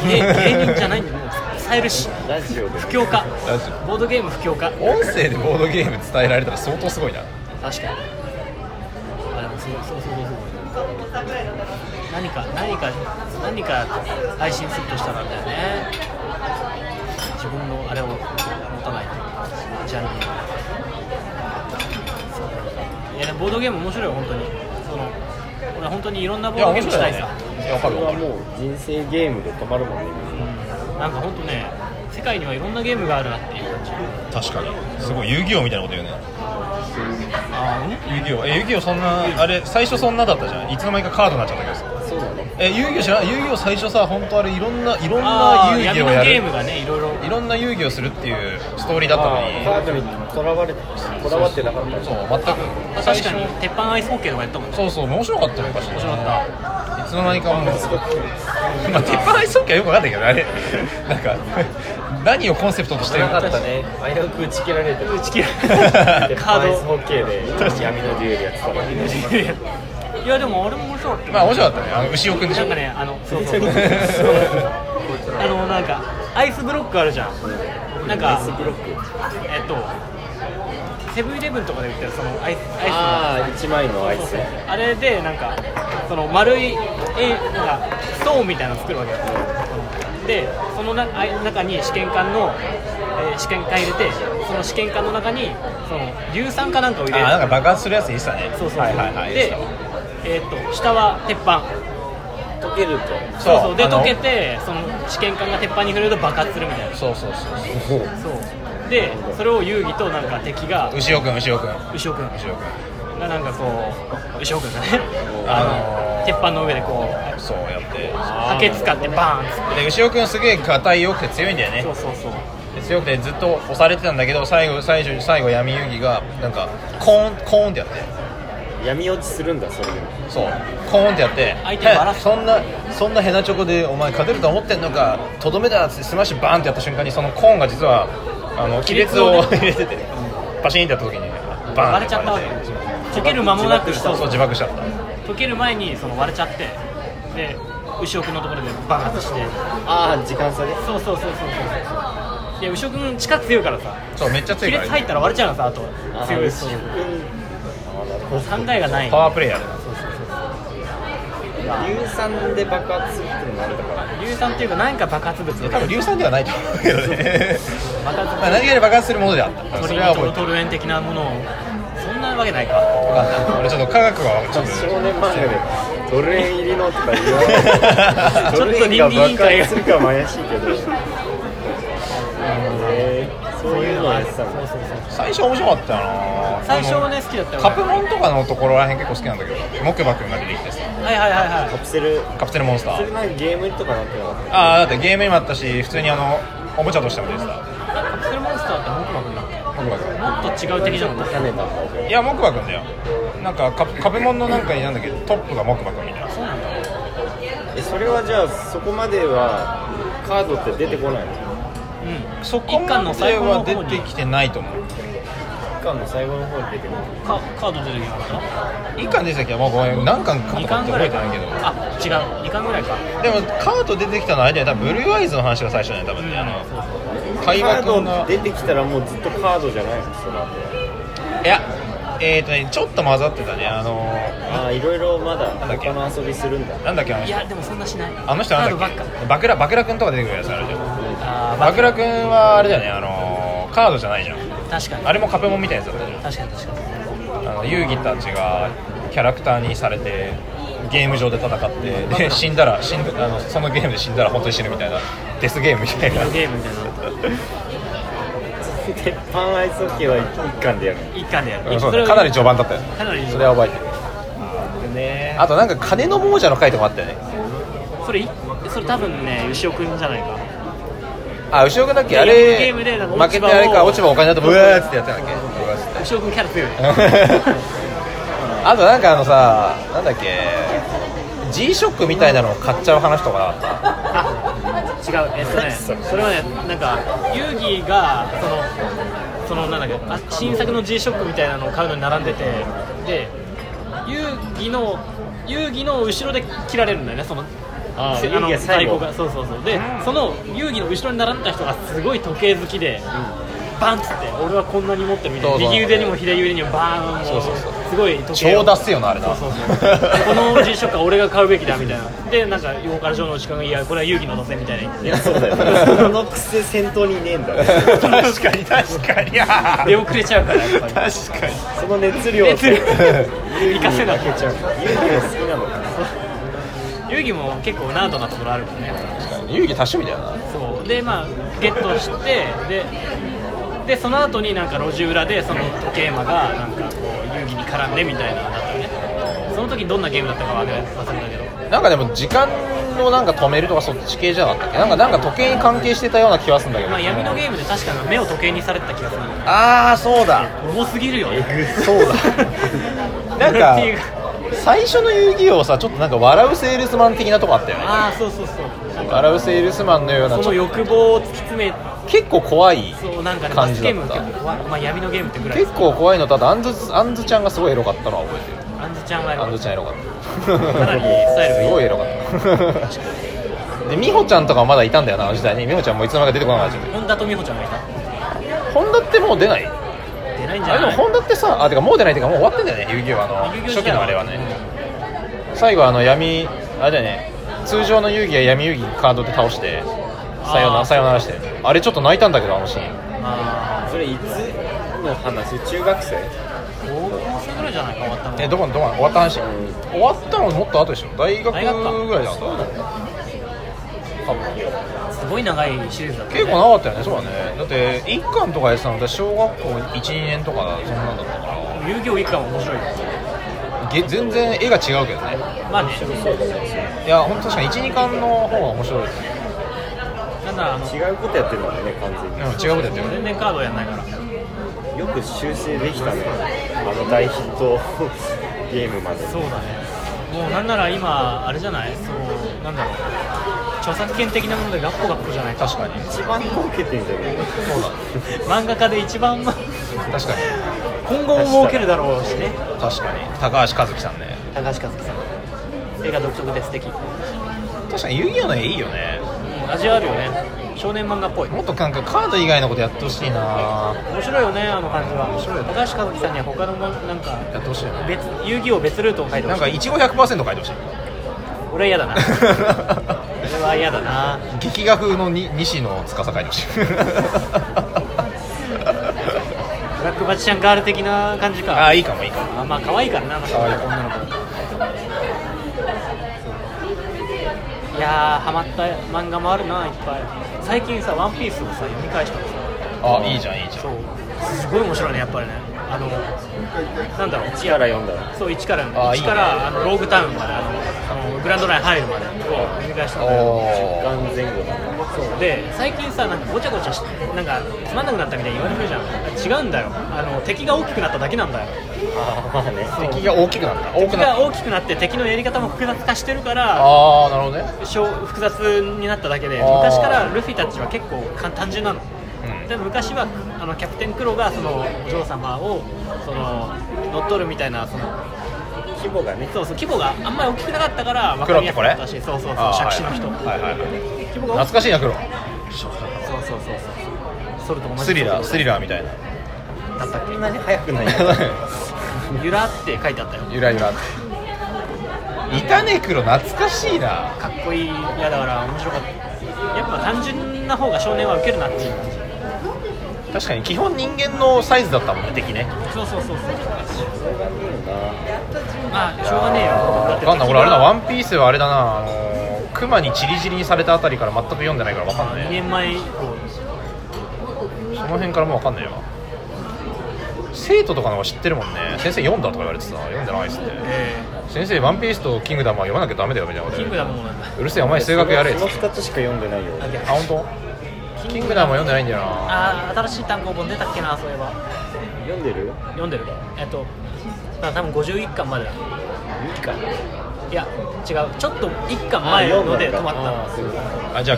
S2: 芸芸人じゃないんでもう伝えるし
S3: ラジオで
S2: 不況化
S1: ラジオ
S2: ボードゲーム不況化
S1: 音声でボードゲーム伝えられたら相当すごいな
S2: 確かにあでもそうそうそうそうそう何か何か何か配信するとしたらだよね自分のあれを持たないとジャンルをいやでもボードゲーム面白いよ本当にその俺本当にいろんなボードゲームしたいさ、
S1: いやわか
S3: こ
S1: る
S3: れ
S1: わ
S3: は
S1: かる
S3: もう人生ゲームで止まるもんね
S2: うんなんか本当ね世界にはいろんなゲームがあるなっていう感じ
S1: 確かにすごい遊戯王みたいなこと言うね
S2: あうん
S1: 遊戯王え遊戯王そんなあれ最初そんなだったじゃんいつの間にかカードになっちゃったけどさ
S3: そうなの
S1: え遊戯王知らない遊戯王最初さ本当あれいろんないろん
S2: あ
S1: な
S2: ー
S1: 遊戯
S2: 闇
S1: を
S2: の
S1: や
S2: ゲー
S1: る
S2: ムがねいろいろ
S1: いろんな遊戯をするっていうストーリーだったのに
S3: カードにとらわれてとらわってなかった
S1: そう
S2: あ
S1: 全く
S2: 確かに鉄板アイスホッケーとかやったもんね
S1: そうそう面白かったよ昔面
S2: 白か
S1: ったいつの間にか
S2: [laughs]
S1: もうまあ鉄板アイスホッケーはよく分かんないけどあれ [laughs] なんか何をコンセプトとしてるのか
S3: ね危うく打ち切られて
S2: 打ち切ら
S1: れ
S2: れ
S1: た
S2: カ
S3: カードアイス
S2: ー
S3: ホッケーで闇のデュエルやってたのに
S2: ドいやでもあれも面白かったよ
S1: まあ面白かったねあの牛尾くんでし
S2: な
S1: ょ [laughs]
S2: んかねあのそうそうあのなんかアイスブロックあるじゃんなんか
S3: ブロック
S2: えっとセブンイレブンとかで売ってるそのアイスアイスの
S3: ああ1枚のアイス
S2: あれでなんかその丸いえなんかストーンみたいなの作るわけよでそのなあ中に試験管の、えー試験管入れてその試験管の中にその硫酸かなんかを入れ
S1: あ
S2: る
S1: なんか爆発するやついいっすね
S2: そうそうそう、
S1: はいはいはい
S2: でえー、と下は鉄板
S3: 溶けると
S2: そうそうで
S1: あの
S2: 溶けてその試験管が鉄板に触れると爆発するみたいな
S1: そうそうそうそう
S2: そうでそれを遊戯となんか敵が
S1: 牛尾くん牛尾くん
S2: 牛尾君
S1: 牛尾くん
S2: がなんかこう牛尾君がね
S1: あのー
S2: 鉄板の上でこう
S1: そうやって
S2: ハケ使ってバーンっつって
S1: で牛尾くんすげえ硬いよくて強いんだよね
S2: そうそうそう
S1: で強くてずっと押されてたんだけど最後最初最後闇遊戯がなんかコーンコーンってやって
S3: 闇落ちするんだそれでも
S1: そうコーンってやって
S2: 相手をバラ
S1: へ
S2: す
S1: そんなそんなヘナチョコでお前勝てると思ってんのかとどめだっつってスマッシュバーンってやった瞬間にそのコーンが実はあの亀裂を
S2: 亀裂を
S1: 入れて
S2: ね
S1: てパシーンってやった時にバーン
S2: 割れちゃったわけ
S1: そう
S2: 溶ける間もなく
S1: そう自爆しちゃった
S2: 溶ける前にその割れちゃってで牛尾君のところで爆発して
S3: ああ時間差で
S2: そうそうそうそうそうそうで牛尾君地下強いからさ
S1: そうめっちゃ強
S2: 亀
S1: いか
S2: 裂
S1: ら
S2: 入ったら割れちゃうのさあと
S3: あー
S2: 強いです
S3: 牛尾
S2: 考えがない
S1: パワープレイヤーだ
S3: 硫酸で爆発するっていうのもあるんだから
S2: 硫酸っていうか何か爆発物で
S1: 多分硫酸ではないと思うけどね
S2: 爆発
S1: まあ何かで爆発するものであった
S2: 物
S1: そ
S2: ト
S1: れは
S2: リ
S1: 覚え
S2: ト
S1: てる
S2: ルエン的なものをそんなわけないか
S1: 分かんない俺ちょっと科学はちょっと
S3: 少年漫画でドル円入りのとか言わない
S2: ちょっと倫理委員
S3: ドル円
S2: 会
S3: が
S2: が
S3: 爆発するかも怪しいけどへーそういうのやってたの
S2: そうそうそう
S1: 最初面白かったよな
S2: 最初はね好きだったよ
S1: カプモンとかのところらへん結構好きなんだけど木馬くんが出てきてさ
S2: はいはいはいはい
S3: カプセル
S1: カプセルモンスタ
S3: それ
S1: ー
S3: なんかゲームとかなってなかった
S1: ああだってゲームにもあったし普通にあのおもちゃとしても出てた
S2: カプセルモンスターってモクマくんだっけ
S1: 木馬くん
S2: もっと違う敵じゃなかった
S3: 種だったんだよ
S1: いや木馬くんだよなんかカプカプモンのなんかなんだっけトップが木馬くんみたいな
S2: そうなんだ
S3: えそれはじゃあそこまではカードって出てこないの
S2: うん
S1: そこ
S2: 一巻
S1: ま
S2: の最
S1: で
S2: 後の
S1: は
S2: 方
S1: 出
S2: に
S1: てきてないと思う
S3: 一巻の最後の方に出てくる
S2: カカード出てきなかった
S1: 1巻出てきたけど、まあ、ごめん何巻か
S2: 二
S1: とかっ
S2: 巻
S1: て覚
S2: ぐら
S1: え
S2: い
S1: て
S2: か
S1: ないけ
S2: な
S1: ど
S2: あ違う二巻ぐらいか
S1: でもカード出てきたのあれだよ多分ブルーアイズの話が最初だよね多分ねあの会話
S3: カ
S1: 君
S3: ー
S1: が
S3: ド出てきたらもうずっとカードじゃないのその後はい
S1: やえっ、ー、とねちょっと混ざってたねあの
S3: ああいろいろまだ
S1: んだっけ
S3: 他の遊びするんだ
S1: なんだっけあの
S2: い
S1: 人
S2: やでもそんなしない
S1: あの人なんだっ
S2: カードばっか
S1: けバクラバクラ君とか出てくるやつあるじゃん
S2: あー
S1: バクラ君はあれだよねあのカードじゃないじゃん
S2: 確かに
S1: あれもカペモンみたいなやつだったじゃん
S2: 確かに確かに
S1: あの遊戯たちがキャラクターにされてゲーム上で戦ってで死んだら死んだあのそのゲームで死んだら本当に死ぬみたいなデスゲームみたいな
S2: ゲームみたいな
S3: 鉄板アイスホッケーは
S1: [laughs]
S3: 一巻でやる
S2: 一巻でや
S1: うん
S2: る
S1: そう
S2: それ
S1: だ
S2: を
S1: かなり序盤だったよ
S2: かなり
S1: それは覚えてる
S3: ね
S1: あとなんか金の亡者の回とかあったよね
S2: それいそれ多分ね牛尾くんじゃないか
S1: あ後ろがだっけあ
S2: ゲ
S1: れ
S2: ームでなんか
S1: 負
S2: 落
S1: け
S2: ち
S1: て
S2: 葉を
S1: あれか落ち葉お金だと思ううわーっつってやって
S2: [laughs]
S1: たっけうわーっつって
S2: 牛尾くんキャラ強い
S1: あとなんかあのさなんだっけ G ショックみたいなのを買っちゃう話とかな
S2: [laughs]
S1: かった
S2: 違うえっとねそれはねなんか遊戯がそのそのなんだっけあ新作の G ショックみたいなのを買うのに並んでてで遊戯の遊戯の後ろで切られるんだよねその
S3: あ
S2: せ
S3: 遊戯は最後
S2: 太鼓がそうそうそうでその遊戯の後ろに並んだ人がすごい時計好きで、バンっつって俺はこんなに持ってるみたいな
S1: そうそう
S2: 右腕にも左腕にもバーンも
S1: そうそうそう
S2: すごい時計
S1: 超
S2: を
S1: 出すよなあれな
S2: そうそうそうこの G ショックは俺が買うべきだみたいなでなんか横から城の内君が「いやこれは勇気の路線」みたいな言
S3: い
S2: っ
S3: や
S2: て
S3: そうだよねそのくせ戦闘にいねえんだね
S1: 確かに確か [laughs] に
S2: 出遅れちゃうからやっぱ
S1: 確
S2: り
S1: かに
S3: その熱量
S2: 熱量
S3: 生
S2: 活かせない
S3: けちゃう勇気が好きなのかな
S2: 勇気も結構ナードなところあるもんね
S1: 遊戯多趣味だよな
S2: そうでまあゲットしてででその後になんか路地裏でその時計魔がなんかこう遊戯に絡んでみたいなのだったよねその時どんなゲームだったか忘れ忘れたけど
S1: なんかでも時間のなんか止めるとかそっち系じゃなかったっけなんかなんか時計に関係してたような気はするんだけど、
S2: まあ闇のゲームで確か目を時計にされてた気がする
S1: ああそうだ
S2: 重すぎるよね
S1: [laughs] そうだなんか
S2: [laughs] っていう
S1: 最初の遊戯王さちょっとなんか笑うセールスマン的なとこあったよね
S2: ああそうそうそう
S1: 笑うセールスマンのような
S2: そ
S1: ちょ
S2: の
S1: っと
S2: 欲望を突き詰め
S1: 結構怖い
S2: そうなんかね
S1: 感
S2: 罰
S1: じ
S2: ゲ
S1: だ
S2: ーム
S1: っ
S2: って
S1: た
S2: 結構怖いまあ闇のゲームってぐらい
S1: 結構怖いのとあとあんずあんずちゃんがすごいエロかったのは覚えてる
S2: アンズちゃんはや
S1: あん
S2: る
S1: ずちゃんエロかっ
S2: かなりスタイ
S1: た
S2: ルが
S1: す
S2: いい
S1: ごいエロかったで [laughs] 美穂ちゃんとかもまだいたんだよなあの時代に美穂ちゃんもいつの間にか出てこなかったし
S2: 本田と美穂ちゃんがいた
S1: 本田ってもう出ない
S2: 出ないんじ
S1: あ
S2: ゃ
S1: れで
S2: な
S1: も
S2: い
S1: 本田ってさあてかもう出ないっていうかもう終わってんだよね遊戯王あ
S2: 遊
S1: の
S2: 戯王
S1: 初期のあれは
S2: 自体
S1: ね最後あの闇あれだよね通常の遊戯は闇遊戯カードで倒してさよな
S2: あー
S1: らさよならしてあれちょっと泣いたんだけどあのシーン
S2: あ
S3: それいつの話中学生
S2: ー高校生ぐらいじゃないか終わったの
S1: えどこのどこの終わった話終わったのもっと後でしょ大学
S2: 大学か
S1: ぐらいだった多分
S2: すごい長いシリーズだったね
S1: 結構なかったよねそうだねだって一巻とかやってたの私小学校12年とかそんなんだったか
S2: 遊戯王一巻は面白いよ
S1: らげ全然絵が違うけどね
S2: まあね
S1: いや本当確かに12巻の方が面白いですね
S2: なんだあの
S3: 違うことやってるもんね完全
S1: でも違うことやってる
S2: 全然カードやんないから
S3: によく修正できたねあの大ヒットゲームまで
S2: そうだねもうなんなら今あれじゃないそうなんだろう著作権的なものでガッポガッポじゃないか
S1: 確かに
S3: 一番儲けてんじゃね
S1: そうだ
S2: 漫画家で一番 [laughs] ま
S1: 確かに
S2: 今後も儲けるだろうしね
S1: 確かに高橋和樹さんね
S2: 高橋和樹さん絵が独特で素敵
S1: 確かに遊戯王の絵いいよね
S2: うん味あるよね少年漫画っぽい
S1: もっとなんかカード以外のことやってほしいな
S2: 面白いよねあの感じは面
S1: 白いよね
S2: 高橋和樹さんには他のもなんか
S1: やってほしいよね
S2: 別遊戯王別ルートを書いてほ
S1: なんか
S2: しい
S1: いちご100%書いてほしい
S2: 俺は嫌だな俺は嫌だな
S1: 劇画風のに西野司書いてほしい
S2: ブラックマジシャンガール的な感じ
S1: あ
S2: か
S1: あいいかもいいかも
S2: あまあ可愛いからなまあ
S1: 可愛い
S2: 女の子いやーハマった漫画もあるないっぱい最近さ「ワンピースをさ読み返したのさ
S1: あいいじゃんいいじゃん
S2: そうすごい面白いねやっぱりねあのなんだろう
S3: 一から読んだら
S2: そう1から
S1: あ
S2: 1からあのローグタウンまであのあのグランドライン入るまでを読み返したんだけど
S1: おー
S3: 眼前後だな
S2: そうで最近さなんかごちゃごちゃしなんかつまんなくなったみたいに言われてるじゃん違うんだよあの敵が大きくなっただけなんだよ
S3: あまあね
S1: 敵が大きくなった大き
S2: 敵
S1: くな
S2: が
S1: った
S2: 大きくなって敵のやり方も複雑化してるから
S1: ああなるほどね
S2: しょう複雑になっただけで
S1: あー
S2: 昔からルフィたちは結構簡単純なの
S1: うん
S2: でも昔はあのキャプテンクロウがそのお嬢様をその乗っ取るみたいなその
S3: 規模がね
S2: そうそう規模があんまり大きくなかったから分
S1: 黒
S2: か
S1: っ
S2: り
S1: て
S2: やす
S1: こ
S2: か
S1: れ
S2: ったしそうそうそう
S1: あー
S2: 杓子の人、
S1: はいはいはい
S2: 規模が
S1: 懐
S2: 大きく
S1: かしいな黒
S2: そうそうそうそうそれと同じ
S1: スリラースリラーみたいな
S2: だったっけ
S3: そんなに速くない
S2: ゆらって書いてあったよ
S1: ゆらゆらいたね黒懐かしいな
S2: かっこいいいやだから面白かったやっぱ単純な方が少年はウケるなっていう感じ
S1: 確かに基本人間のサイズだったもんね敵ね
S2: そうそうそうそう
S3: な
S2: まあしょうがねえよだ
S1: 分
S2: って
S1: かんない俺あれだ「ワンピースはあれだなあのー熊にチリチリにされたあたりから全く読んでないから分かん
S2: 2
S1: ない
S2: 年前以降
S1: その辺からもう分かんないわ生徒とかの方が知ってるもんね先生読んだとか言われてさ読んでないっすって
S2: え
S1: 先生「ワンピースと「キングダム」は読まなきゃダメだよみたいなこ
S2: え
S1: と
S2: キング
S1: 言わ
S2: ダムもなんだ
S1: れてうるせえお前数学やれっつ
S3: その
S1: って
S3: 2つしか読んでないよ
S2: あ
S1: あ本当キングダムは読んでないんだよな
S2: あー新しい単行本出たっけなそういえば
S3: 読んでる
S2: 読んでるえっとまあ多分51巻までだ
S3: いいか
S2: いや違うちょっと1巻前ので止ま
S3: あ
S2: っ
S3: ーそうか
S1: あじゃ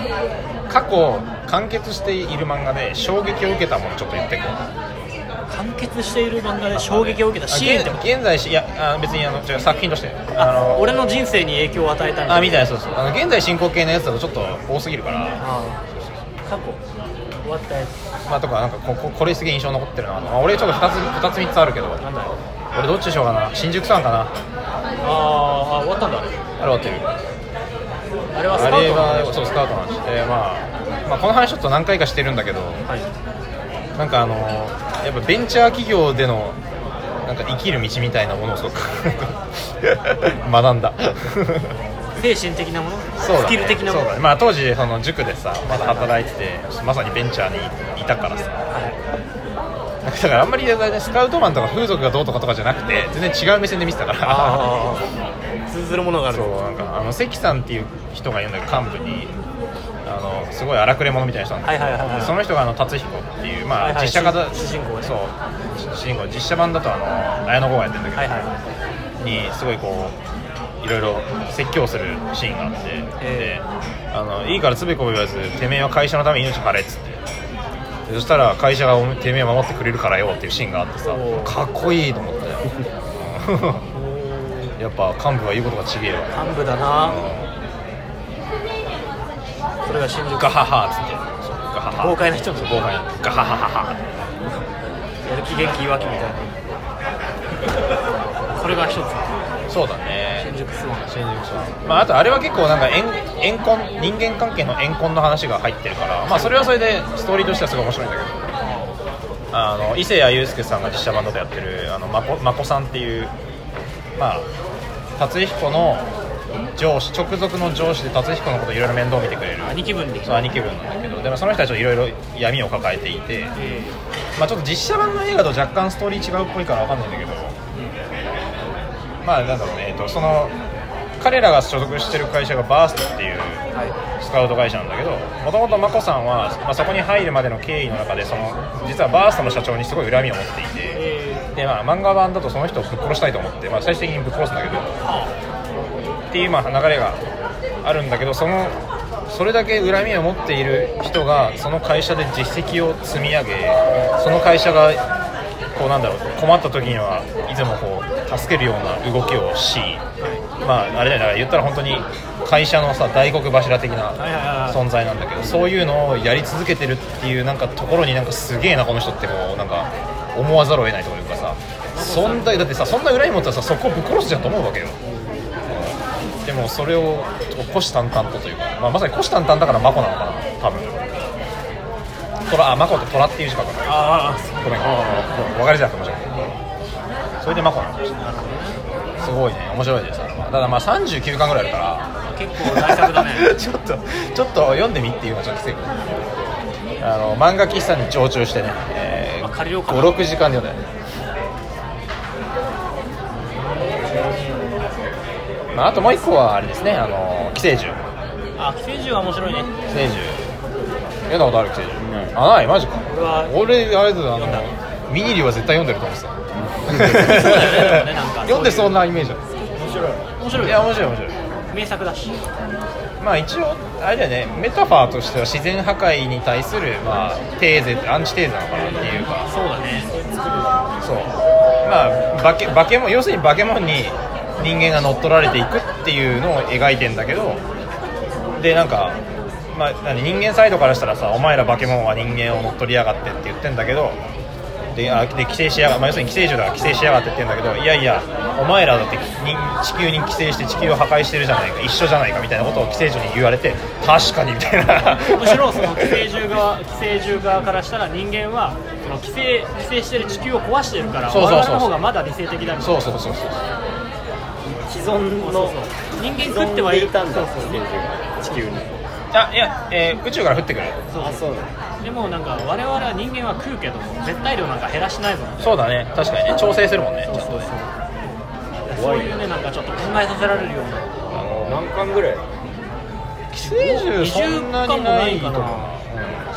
S1: あ過去完結している漫画で衝撃を受けたものちょっと言ってこう
S2: た完結している漫画で衝撃を受けたシーンって
S1: あ
S2: こと
S1: 現現在しいやあ別にあの違う作品としてあの
S2: 俺の人生に影響を与えたんだ
S1: あみたいなそうそうあの現在進行形のやつだとちょっと多すぎるから
S2: あー過去終わったやつ
S1: まあとかなんかこここれすげえ印象残ってるなと、まあ俺ちょっと2つ二つ3つあるけど
S2: なんだろう
S1: 俺どっちにしようかな新宿さんかな
S2: あーあ終わったんだあれ
S1: あれはってる
S2: あれはス
S1: あ
S2: カウ
S1: れ
S2: トなん
S1: はそうスカウトの話で、まあ、まあこの話ちょっと何回かしてるんだけど
S2: はい
S1: なんかあのやっぱベンチャー企業でのなんか生きる道みたいなものをすごく [laughs] 学んだ
S2: 精神的なもの
S1: [laughs] そうだね
S2: スキル的な
S1: そ
S2: も
S1: う
S2: の
S1: だねまあ、当時その塾でさまだ働いててまさにベンチャーにいたからさだからあんまりだいたいスカウトマンとか風俗がどうとかとかじゃなくて全然違う目線で見てたから
S2: ああ通ずるものがあ
S1: [laughs]
S2: る
S1: そうなんかあの関さんっていう人がいるんだけど幹部にあのすごい荒くれ者みたいな人なんだけど、
S2: はいはいはいはい
S1: その人があの達彦っていう、まあ
S2: はいはい
S1: 実写化だ
S2: 主人公ね
S1: そう主人公実写版だとあの綾野剛がやってるんだけど、
S2: はいはいは
S1: にすごいこういろいろ説教するシーンがあって、
S2: え
S1: であのいいからつべこべ言わずてめえは会社のために命張れっつってでそしたら会社がおめてめえを守ってくれるからよっていうシーンがあってさ
S2: おー
S1: かっこいいと思ったよ [laughs] やっぱ幹部は言うことがちげえわ
S2: い幹部だなそれが新宿
S1: ガハハっつってそうガハハ
S2: 豪快な人の
S1: そう豪快なガハハハハ
S2: やる気元気いわきみたいなそれが一つ
S1: そうだね
S2: 新宿スワン
S1: 新宿さんまあ、あとあれは結構なんか縁縁婚人間関係の怨恨の話が入ってるから、まあ、それはそれでストーリーとしてはすごい面白いんだけどあの伊勢谷友介さんが実写版だとやってるあのまこまこさんっていう、まあ、辰彦の上司直属の上司で辰彦のこといろいろ面倒見てくれる
S2: 兄貴分で
S1: そう兄貴分なんだけどでもその人たちはいろいろ闇を抱えていて、
S2: え
S1: まあ、ちょっと実写版の映画と若干ストーリー違うっぽいからわかんないんだけど、まあなんだろうね、えっと、その彼らが所属してる会社がバーストっていう
S2: えは
S1: スカウト会社なんだけどもともと眞子さんは、まあ、そこに入るまでの経緯の中でその実はバーストの社長にすごい恨みを持っていて
S2: え
S1: で、まあ、漫画版だとその人をぶっ殺したいと思って、まあ、最終的にぶっ殺すんだけどっていうまあ流れがあるんだけどそのそれだけ恨みを持っている人がその会社で実績を積み上げその会社がこうなんだろう困った時にはいつもこう助けるような動きをし、ままああれだよだから言ったら本当に会社のさ大黒柱的な
S2: はいはいはい
S1: 存在なんだけどそういうのをやり続けてるっていうなんかところになんかすげえなこの人ってこうなんか思わざるを得ないというかさそんだだってさそんな裏に持ったらさそこをぶっ殺すじゃんと思うわけよでもそれを虎視眈々とというか、まあ、まさに虎視眈々だからマコなのかな多分虎あマコって虎っていう字書くの
S2: ああ
S1: ごめん、分かりづらくて申し訳ない。それでマコなんですすごいね、面白いです、あれは。ただまあ39巻ぐらいあるか
S2: 結構大作だね
S1: ら、 [laughs] ちょっと、ちょっと読んでみっていうのはちょっと奇跡あの漫画喫茶に常駐してね、えー、
S2: あ
S1: 5、
S2: 借りようかな
S1: 6時間で読んだよね。まあ、あともう一個はあれですね、あの寄生獣。
S2: あ寄生獣は面白いね
S1: 寄生獣。読んだことある寄生
S3: な
S1: 獣
S3: い。
S1: あ、ない、マジか。
S2: これは
S1: 俺あれだよあ
S2: 読んだ
S1: のミニリは絶対読んでると思って
S2: そうだよねなん
S1: た
S2: かそう
S1: [laughs] 読ん
S2: いう
S1: でそうなイメージあ
S2: 面白
S1: る
S2: い
S1: いや
S2: よ
S1: 面白い面白い
S2: 名作だし
S1: まあ一応あれだよねメタファーとしては自然破壊に対するまあテーゼアンチテーゼなのかなっていうか
S2: そうだね
S1: そうまあ化け化け物要するに化け物に人間が乗っ取られていくっていうのを描いてんだけどでなんか、まあ、何人間サイドからしたらさお前ら化け物は人間を乗っ取りやがってって言ってんだけどであで寄生しやが、まあ、要するに寄生獣だから寄生しやがってって言うんだけどいやいやお前らだって人地球に寄生して地球を破壊してるじゃないか一緒じゃないかみたいなことを寄生獣に言われて確かにみたいな
S2: むしろその寄生獣側寄生獣側からしたら人間はその寄生寄生してる地球を壊してるから
S1: そうそうそう
S2: 我々の方がまだ理性的だみたい
S1: [laughs]
S2: な
S1: そうそうそうそう
S3: 既存
S2: そう
S3: の
S2: そう人間
S3: 既
S2: 食って
S3: 存
S2: はい
S3: で
S2: る
S3: いたんだ
S2: そうそう
S3: 地球に
S1: あいや、えー宇宙から降ってくる
S2: そう
S3: あそうだ
S2: でもなんか我々は人間は食うけども絶対量なんか減らしないぞみたいな
S1: そうだね確かにね調整するもんね
S2: そう
S1: ち
S2: そ
S1: ゃん
S2: う
S1: とね
S2: そうそういうねなんかちょっと考えさせられるような
S3: 何巻ぐらい
S1: 寄生獣そんなにないとか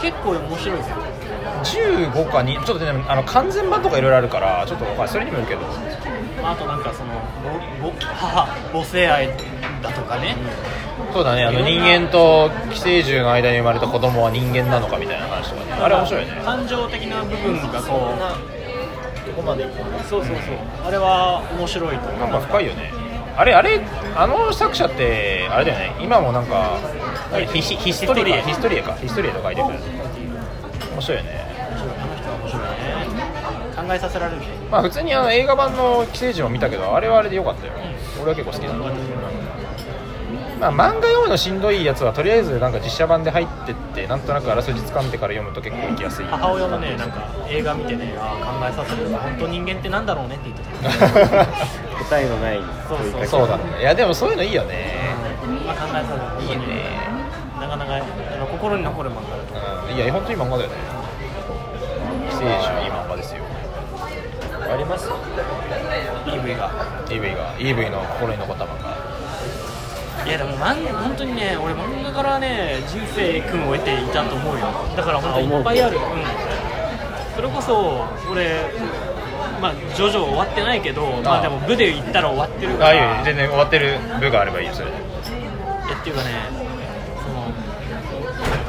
S2: 結構面白いですよ
S1: 15かにちょっとねあの完全版とかいろいろあるからちょっとまあそれにもよるけど
S2: まああとなんかそのぼぼ母母性愛だとかね
S1: そうだねあの人間と寄生獣の間に生まれた子供は人間なのかみたいな話とかねあれ面白いね
S2: 感情的な部分がこう
S3: どこまで行くの
S2: そうそうそう、あれは面白いと思う
S1: なんか深いよねあれあれあの作者ってあれだよね今もなんかあれヒシヒストリエかヒストリエかヒストリエと書いてくる面白いよね
S2: あの人は面白いね考えさせられるね
S1: まあ普通にあの映画版の寄生獣も見たけどあれはあれで良かったよ俺は結構好きだまあ漫画読むのしんどいやつはとりあえずなんか実写版で入ってってなんとなくあらすじつかんでから読むと結構行きやすい
S2: 母親もねなんか映画見てねああ考えさせられる本当人間ってなんだろうねって言ってた
S3: 答えのない
S2: そうそう
S3: 問いかけ
S1: [laughs] そうだねいやでもそういうのいいよね
S2: まあ考えさせられる本当になかなかあの心に残る漫画だと
S1: うんいや本当に漫画だよね寄生獣いい漫画ですよ
S3: あります
S2: 思う EV が
S1: EV が EV の心に残った漫画
S2: いやでも漫画本当にね俺漫画からね人生君を得ていたと思うよだから本当にいっぱいあるうんそれこそ俺まあジョジョ終わってないけどまあでも部で行ったら終わってるか
S1: ああ
S2: ら
S1: いいよ全然終わってる部があればいいよそれで
S2: いやっていうかねその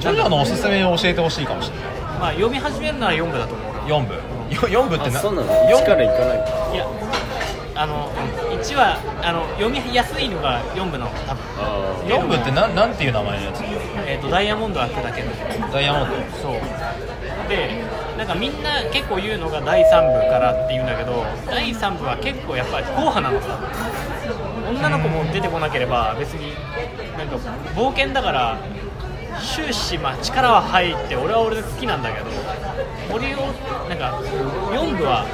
S1: ジョジョのおすすめを教えてほしいかもしれない
S2: まあ読み始めるなら4部だと思う
S1: 4部4部っ
S3: あ
S1: てな
S3: そうなの
S1: 四
S3: 1から行かない
S2: いやあの1はあの読みやすいのが4部なの多分
S3: あ
S1: 4部ってななんていう名前のやつ
S2: えー、とダイヤモンドは砕ける
S1: ダイヤモンド
S2: そうでなんかみんな結構言うのが第3部からって言うんだけど第3部は結構やっぱり硬派なのさ女の子も出てこなければ別になんか冒険だから終始まあ力は入って俺は俺で好きなんだけど俺をなんか4部は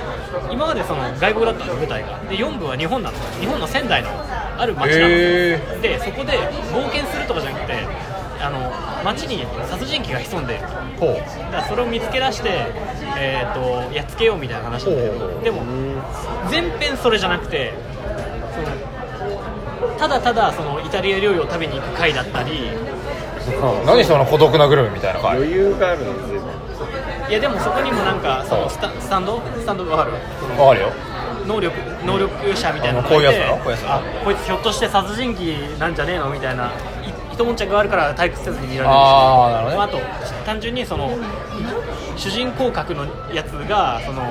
S2: 今までその外国だったの舞台がで4部は日本なの日本の仙台のある町なの、
S1: へ
S2: でそこで冒険するとかじゃなくてあの町に殺人鬼が潜んでいると
S1: ほう
S2: だからそれを見つけ出して、えー、とやっつけようみたいな話なんだけ
S1: ほうほうほ
S2: ど
S1: う
S2: でも全編それじゃなくてそのただただそのイタリア料理を食べに行く回だったり
S3: あ
S1: 何その孤独なグルメみたいな回
S3: 余裕があるの随分
S2: いやでもそこにもなんかそのスタスタンドスタンドわかる
S1: わかるよ
S2: 能力能力者みたいなのが
S1: あのこういうやつ
S2: て
S1: だろこういうやつだろ
S2: あこいつひょっとして殺人鬼なんじゃねえのみたいない一悶着があるから退屈せずに見られるし
S1: あーなるほどね
S2: まああと単純にその主人公格のやつがその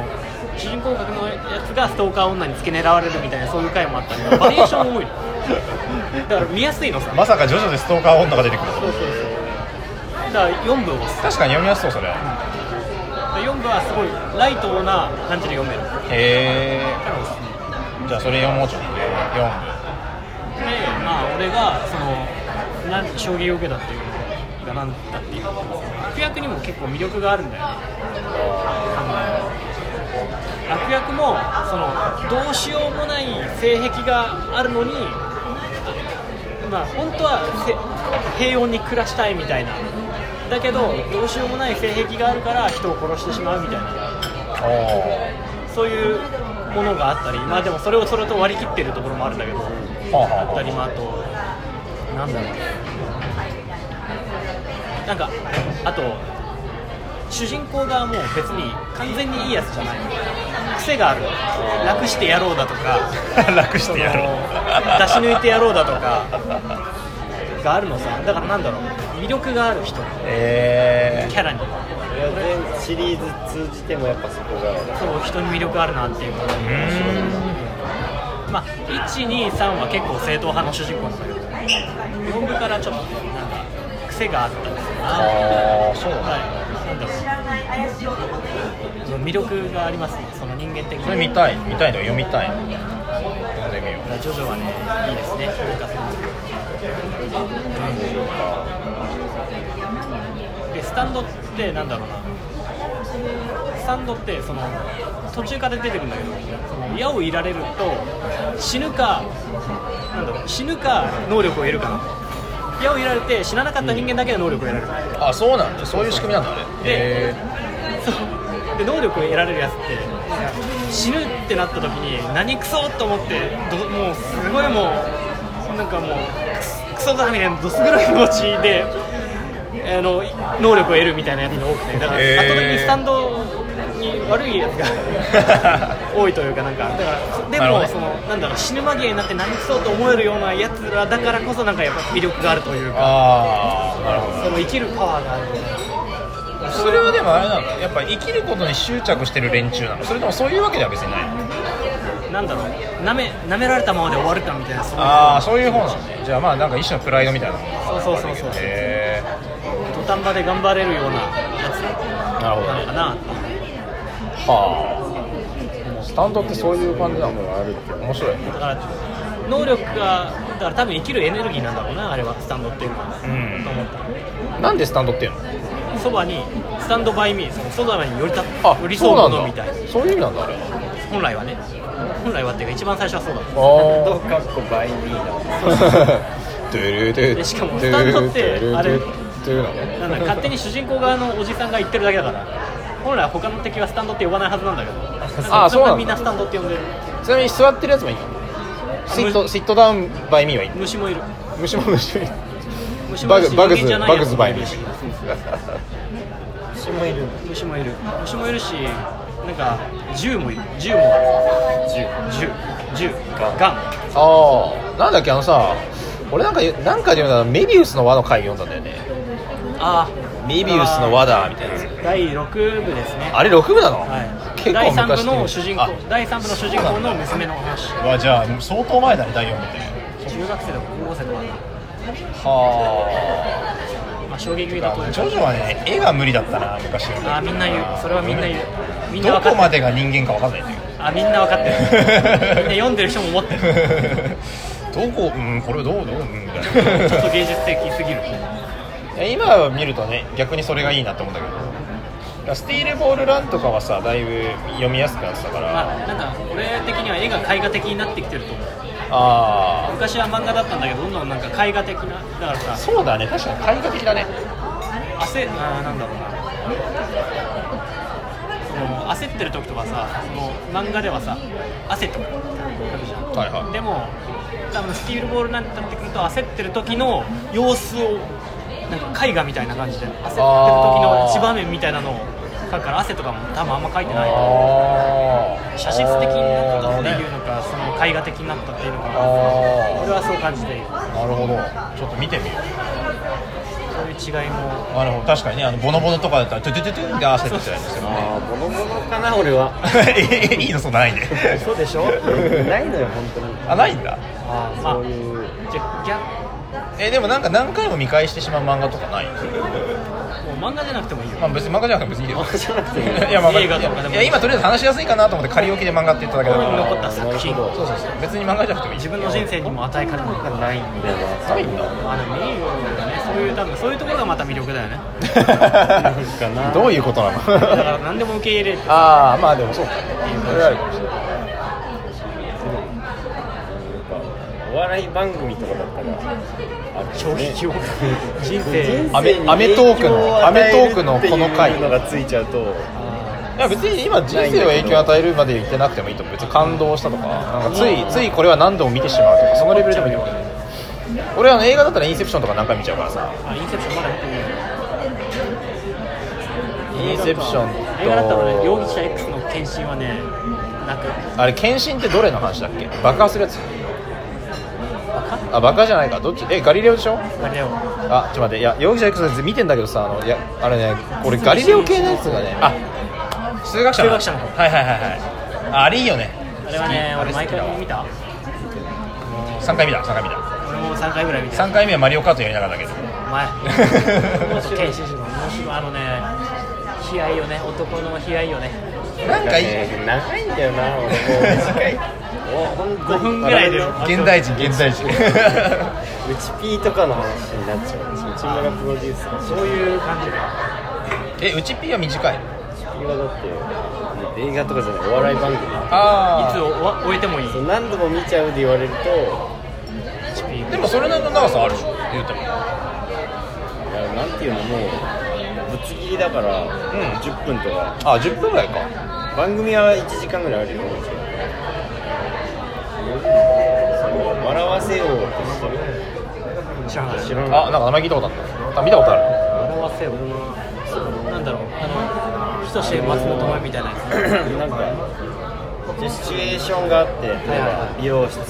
S2: 主人公格のやつがストーカー女に付け狙われるみたいなそういう回もあったんでバリエーション多いの
S1: [laughs]
S2: だから見やすいのさ
S1: まさか徐々にストーカー女が出てくる
S2: そうそうそうだから4部を押す
S1: 確かに読みやすそうそれへ
S2: 4部はすごいライトな感じで読めるだ
S1: え
S2: からおすすめ
S1: じゃあそれ4もうちょっとね
S2: でまあ俺がそのなん衝撃を受けたっていうのが何だっていうと悪役にも結構魅力があるんだよねあの悪役もそのどうしようもない性癖があるのにまあ本当はせ平穏に暮らしたいみたいなだけどどうしようもない性癖があるから人を殺してしまうみたいな
S1: 4部お
S2: そういうものがあったりまあでもそれをそれと割り切ってるところもあるんだけど
S1: おはあはあ
S2: あったり
S1: は
S2: まああとなんだろうなんかあと主人公側も別に完全にいいやつじゃない癖がある楽してやろうだとか
S1: あ楽してやろう
S2: その出し抜いてやろうだ [laughs] とかがあるのさだからなんだろう魅力がある人
S1: え
S2: キャラに
S3: 全シリーズ通じてもやっぱそこが
S2: そう人に魅力あるなっていう
S1: ーうーん
S2: まあ、123は結構正統派の主人公なんだけど4部からちょっとなんか癖があったんですよね
S1: ああそうだ
S2: はいなんだろう魅力がありますねその人間的
S1: それ
S2: に
S1: 見たい見たいとか読みたい読んでみよう
S2: ジョジョはねいいですねなんかそのでスタンドってなんだろうなスタンドってその途中から出てくるんだけどその矢をいられると死ぬかなんだろう死ぬか能力を得るかな矢をいられて死ななかった人間だけが能力を得られる
S1: あそうなんだそういう仕組みなんだあれ
S2: で
S1: へ
S2: そうで能力を得られるやつって死ぬってなった時に何クソと思ってどもうすごいもうなんかもうクスクソだみたいなどす黒い気持ちであの能力を得るみたいなやつが多くてだから
S1: へー
S2: 圧倒的にスタンドに悪いやつが [laughs] 多いというかなんかだからで
S1: なるほ
S2: も
S1: ど
S2: そのなんだろう死ぬ間際になって何クソと思えるようなやつらだからこそなんかやっぱ魅力があるというか
S1: [laughs] ああなるほど
S2: その生きるパワーがある
S1: それはでもあれなのやっぱ生きることに執着してる連中なのそれともそういうわけでは別にないの
S2: なんだろうなめなめられたままで終わるかみたいなそういう
S1: ああそういう方なのねじゃあまあなんか一種のプライドみたいなもの
S2: そうそうそうそう
S1: へ
S2: 土壇場で頑張れるようなやつ
S1: えなるほど
S2: なの
S1: ね
S2: かな
S1: はあスタンドってそういう感じなの
S3: があるって
S1: 面白いね
S2: だから能力がだから多分生きるエネルギーなんだろうなあれはスタンドっていうのは、
S1: うん
S2: と思っ
S1: なんでスタンドっていうの
S2: たそばにスタンドバイミーそのそばに寄りた
S1: あ
S2: 寄り
S1: そ
S2: 添
S1: ううな
S2: も
S1: ん
S2: の
S1: だ
S2: みたい
S1: そういう意味なんだあれは
S2: 本来はね本来はっていうか一番最初はそうだった
S3: ど
S1: あ
S3: うかっこバイミーだ
S1: [laughs] あトゥルトゥル
S2: でしかもスタンドってあれ
S1: トゥルなのね
S2: なんだ勝手に主人公側のおじさんが言ってるだけだから本来は他の敵はスタンドって呼ばないはずなんだけど
S1: あそうなんだ
S2: みんなスタンドって呼んでる
S1: ちなみに座ってるやつもいいのシットシットダウンバイミーはいいの
S2: 虫もいる
S1: 虫も虫
S2: [laughs]
S1: もいい
S2: 虫もいるし
S1: バグ
S2: 人間じゃない
S1: バグズ
S2: やつもい
S1: バ
S2: る
S1: グ
S2: し
S1: ズ
S3: 虫もいる
S2: 虫もいる虫もいるしなんか銃もいる銃もある銃銃銃ガン
S1: ああなんだっけあのさ俺なんかなんかで言うならメビウスの輪の回読んだんだよね
S2: あ
S1: メビウスの輪だみたいなやつ
S2: 第6部ですね
S1: あれ6部なの、
S2: はい
S1: 結
S2: 第
S1: 構
S2: 3部
S1: 昔
S2: の主人公
S1: あ
S2: 第3部の主人公の娘の話
S1: わじゃあ相当前だね第4部って
S2: 中学生とか高校生とか、
S1: は
S2: まあ、衝撃だと
S1: あジョジョはね絵が無理だったな昔より
S2: あーみんな言うそれはみん
S1: [laughs]
S2: な言うみんな
S1: ど
S2: 分か
S1: こ
S2: っ
S1: ま
S2: て
S1: でが人間か分かんないん
S2: [laughs]
S1: だけど
S2: るあみんな分か
S1: [laughs]
S2: ってるみんな読んでる人も思ってる
S1: どこうんこれど
S2: [laughs]
S1: うどううんみたい
S2: ちょっと
S1: な
S2: 芸術的すぎる
S1: え今見るとね逆にそれがいいなと思うんだけどだからスティールボールランとかはさだいぶ読みやすくなってたから、
S2: まあなんか俺的には絵が絵画的になってきてると思う
S1: あ
S2: 昔は漫画だったんだけどどんどんなんか絵画的なだから
S1: あ
S2: さ
S1: そうだね確かに絵画的だね
S2: 焦あーなんだろうなその焦ってる時とかさその漫画ではさ汗とか書くじゃん
S1: はいは
S2: でも多分スティールボールなんてなってくると焦ってる時の様子をなんか絵画みたいな感じで焦ってる時の一場面みたいなのを書くから汗とかも多分あんま書いてない
S1: ああ
S2: 写実的になったって
S1: な
S2: いうのかその絵画的になったっていうのかな
S1: あ
S2: 俺はそう感じている
S1: あなるほどちょっと見てみよう
S2: そういう違いも
S1: あの確かにねあのボノボノとかだったらトゥトゥトゥトゥって合わせてたりしても
S3: ああボロボロかな俺は
S1: ね [laughs] いいのそんなないね
S2: そう
S1: [laughs]
S2: でしょ
S3: ないのよ本当に
S1: あないんだ
S2: あーま
S3: そういう
S2: あじゃあ逆
S1: えでもなんか何回も見返してしまう漫画とかない
S2: もう漫画じゃなくてもいいよ
S1: まあ別に漫画じゃなくても別にいいよ
S3: 漫
S2: [laughs]
S3: 画じゃなくてもいい
S1: いや漫画
S2: 映画とかでも
S1: いや今とりあえず話しやすいかなと思って仮置きで漫画って言っただけだか
S2: 心に
S1: ら
S2: 残った作品
S3: なるほど
S1: そうそうそう別に漫画じゃなくてもいい
S2: 自分の人生にも与えかねない
S3: がないんだよな
S1: ないんだ
S2: まあでもいいよねそういう多分そういうところがまた魅力だよね
S3: か
S1: [laughs]
S3: な
S1: どういうことなの
S2: だ
S1: [laughs]
S2: から何でも受け入れる
S1: ああまあでもそうかそれはあるかもしれない
S3: お笑い番組とかだったらある
S2: 衝
S3: よね
S2: 撃を人生
S1: アメアメトークのアメトークのこの回
S3: っていうのがついちゃうと
S1: いや別に今人生を影響を与えるまで言ってなくてもいいと思う別に感動したとかなんかついついこれは何度も見てしまうとかそのレベルでもいいと思う俺あの映画だったらインセプションとか何回見ちゃうからさ
S2: あインセプションまだ見てない
S1: インセプションと
S2: 映画だったらね容疑者 X の検診はねなく
S1: あれ検診ってどれの話だっけ爆破するやつあ爆破じゃないかどっちえガリレオでしょ
S2: あれを
S1: あちょっと待っていや容疑者 X のやつ見てんだけどさあのいやあれね俺ガリレオ系のやつがねあ数学者
S2: 数学者の方
S1: はいはいはいはいああれいいよね
S2: あれはね
S1: 好き
S2: 俺毎
S1: 好きだわ
S2: 回見た
S1: 3回目だ3回目だ
S2: 俺も3回ぐらい見た
S1: 3回目はマリオカートやりながらだけど
S2: 前面白い検診しろ面白いあのね悲哀よね男の悲哀よね
S1: なんかいい
S3: 長いんだよな
S1: [laughs]
S3: 俺もう短い
S2: 5分ぐらいで
S1: 現代人現代人
S3: うちピーとかの話になっちゃう内村プロデュースの
S2: そういう感じか
S1: [laughs] えうちピーは短い
S3: 今だって映画とかじゃないお笑い番組
S1: あ
S2: いつ終えてもいい
S3: そう何度も見ちゃうで言われると
S1: つでもそれなりの長さあるでしょ言うても
S3: いやなんていうのもうぶつ切りだから、10分とか
S1: あ10分ぐらいか
S3: 番組は1時間ぐらいあるよもちろんその笑わせようとしてる
S2: 知らない
S3: 知らない
S1: あなんか名前聞いたことあったあ見たことあ
S2: 笑わせよなんだろうあの人志松本前みたいなやつ
S3: なんかシチュエーションがあって例え
S2: はいはい
S3: ば美容室とか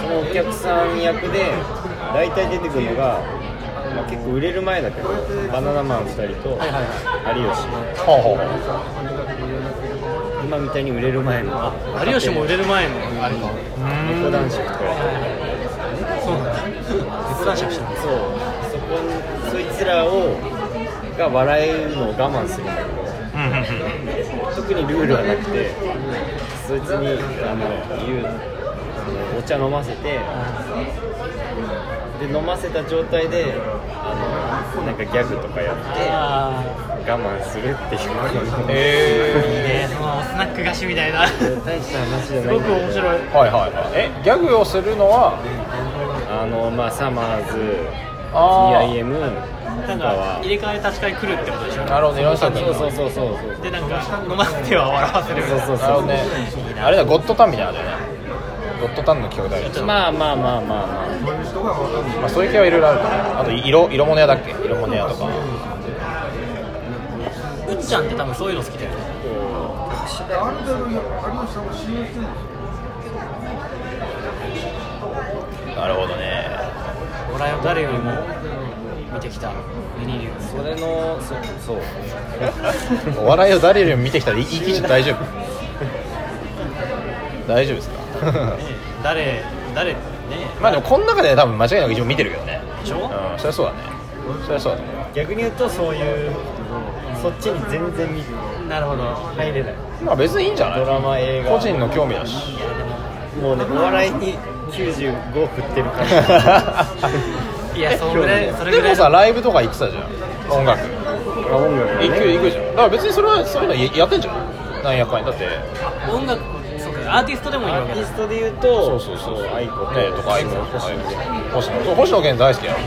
S3: そのお客さん役で大体出てくるのが、まあ、結構売れる前だけどバナナマン2人と
S2: はいはい
S3: 有吉
S1: るほうほうほう
S3: 今みたいに売れる前の
S2: はい有吉も売れる前のあれか
S3: 猫男爵とか
S2: そうなんだ絶談者してま
S3: そうそこにそいつらをが笑えるのを我慢するんだけど
S1: うんうんうん
S3: 特にルールはなくてそいつにあの言うあのお茶飲ませてで飲ませた状態であのなんかギャグとかやって
S2: あ
S3: 我慢するっていうの
S2: あ
S3: が
S2: いい
S1: え
S2: ねそのスナック菓子みたいな [laughs] す
S3: 大した話じゃない
S2: ご
S3: んだ
S2: く
S3: けど
S2: 面白い
S1: ー、はいはいはいえギャグをするのは
S3: あのまあサマーズ
S1: あー
S3: TIM
S2: な
S3: と
S2: ん
S3: か
S2: か
S3: は
S2: 入れ替え立ち替え来るってことでしょ
S1: なるほどいろんな
S3: そ
S1: 人
S3: う
S1: が
S3: そうそうそうそうそう
S2: でなんか飲ませては笑わせるみたいな
S3: そう
S1: なるほどねあれだゴッドタンみたいなのだよねゴッドタンの企画だよね、
S3: まあまあまあまあまあ
S1: まあ、そういう系はいろいろあるからあと色色物屋だっけ色物屋とか
S2: うっちゃんって多分そういうの好きだよね
S1: なるほどね
S2: 俺は誰よりも見てきたメニュー
S3: それのそうそう
S1: [laughs] お笑いを誰よりも見てきたらいい記事大丈夫大丈夫ですか [laughs]
S2: 誰誰ね
S1: まあでもこの中で多分間違いなく一応見てるけどね
S2: でしょ
S1: うんそりゃそうだねそりゃそうだね
S3: 逆に言うとそういうそっちに全然見
S2: なるほど
S3: 入れない
S1: まあ別にいいんじゃない
S3: ドラマ映画
S1: 個人の興味だし
S2: いやでも
S3: もうねお笑いに95振ってる感じ
S2: いやそれぐ
S1: [laughs]
S2: らいそれぐ
S1: で
S2: らい
S1: もさライブとか行ってたじゃん音楽
S3: 音楽
S1: 行く行くじゃんだから別にそれはそういうのややってんじゃんなんやかんやだって
S2: 音楽そうかアーティストでもいい
S3: ア
S2: わ
S3: ー
S2: け
S3: ティ
S2: だ
S3: ストで言うと
S1: そうそうそう
S3: 愛子
S1: ねとかアイコ
S3: 星
S1: とか星野そ
S3: 野星野
S1: う星野源大好きやんね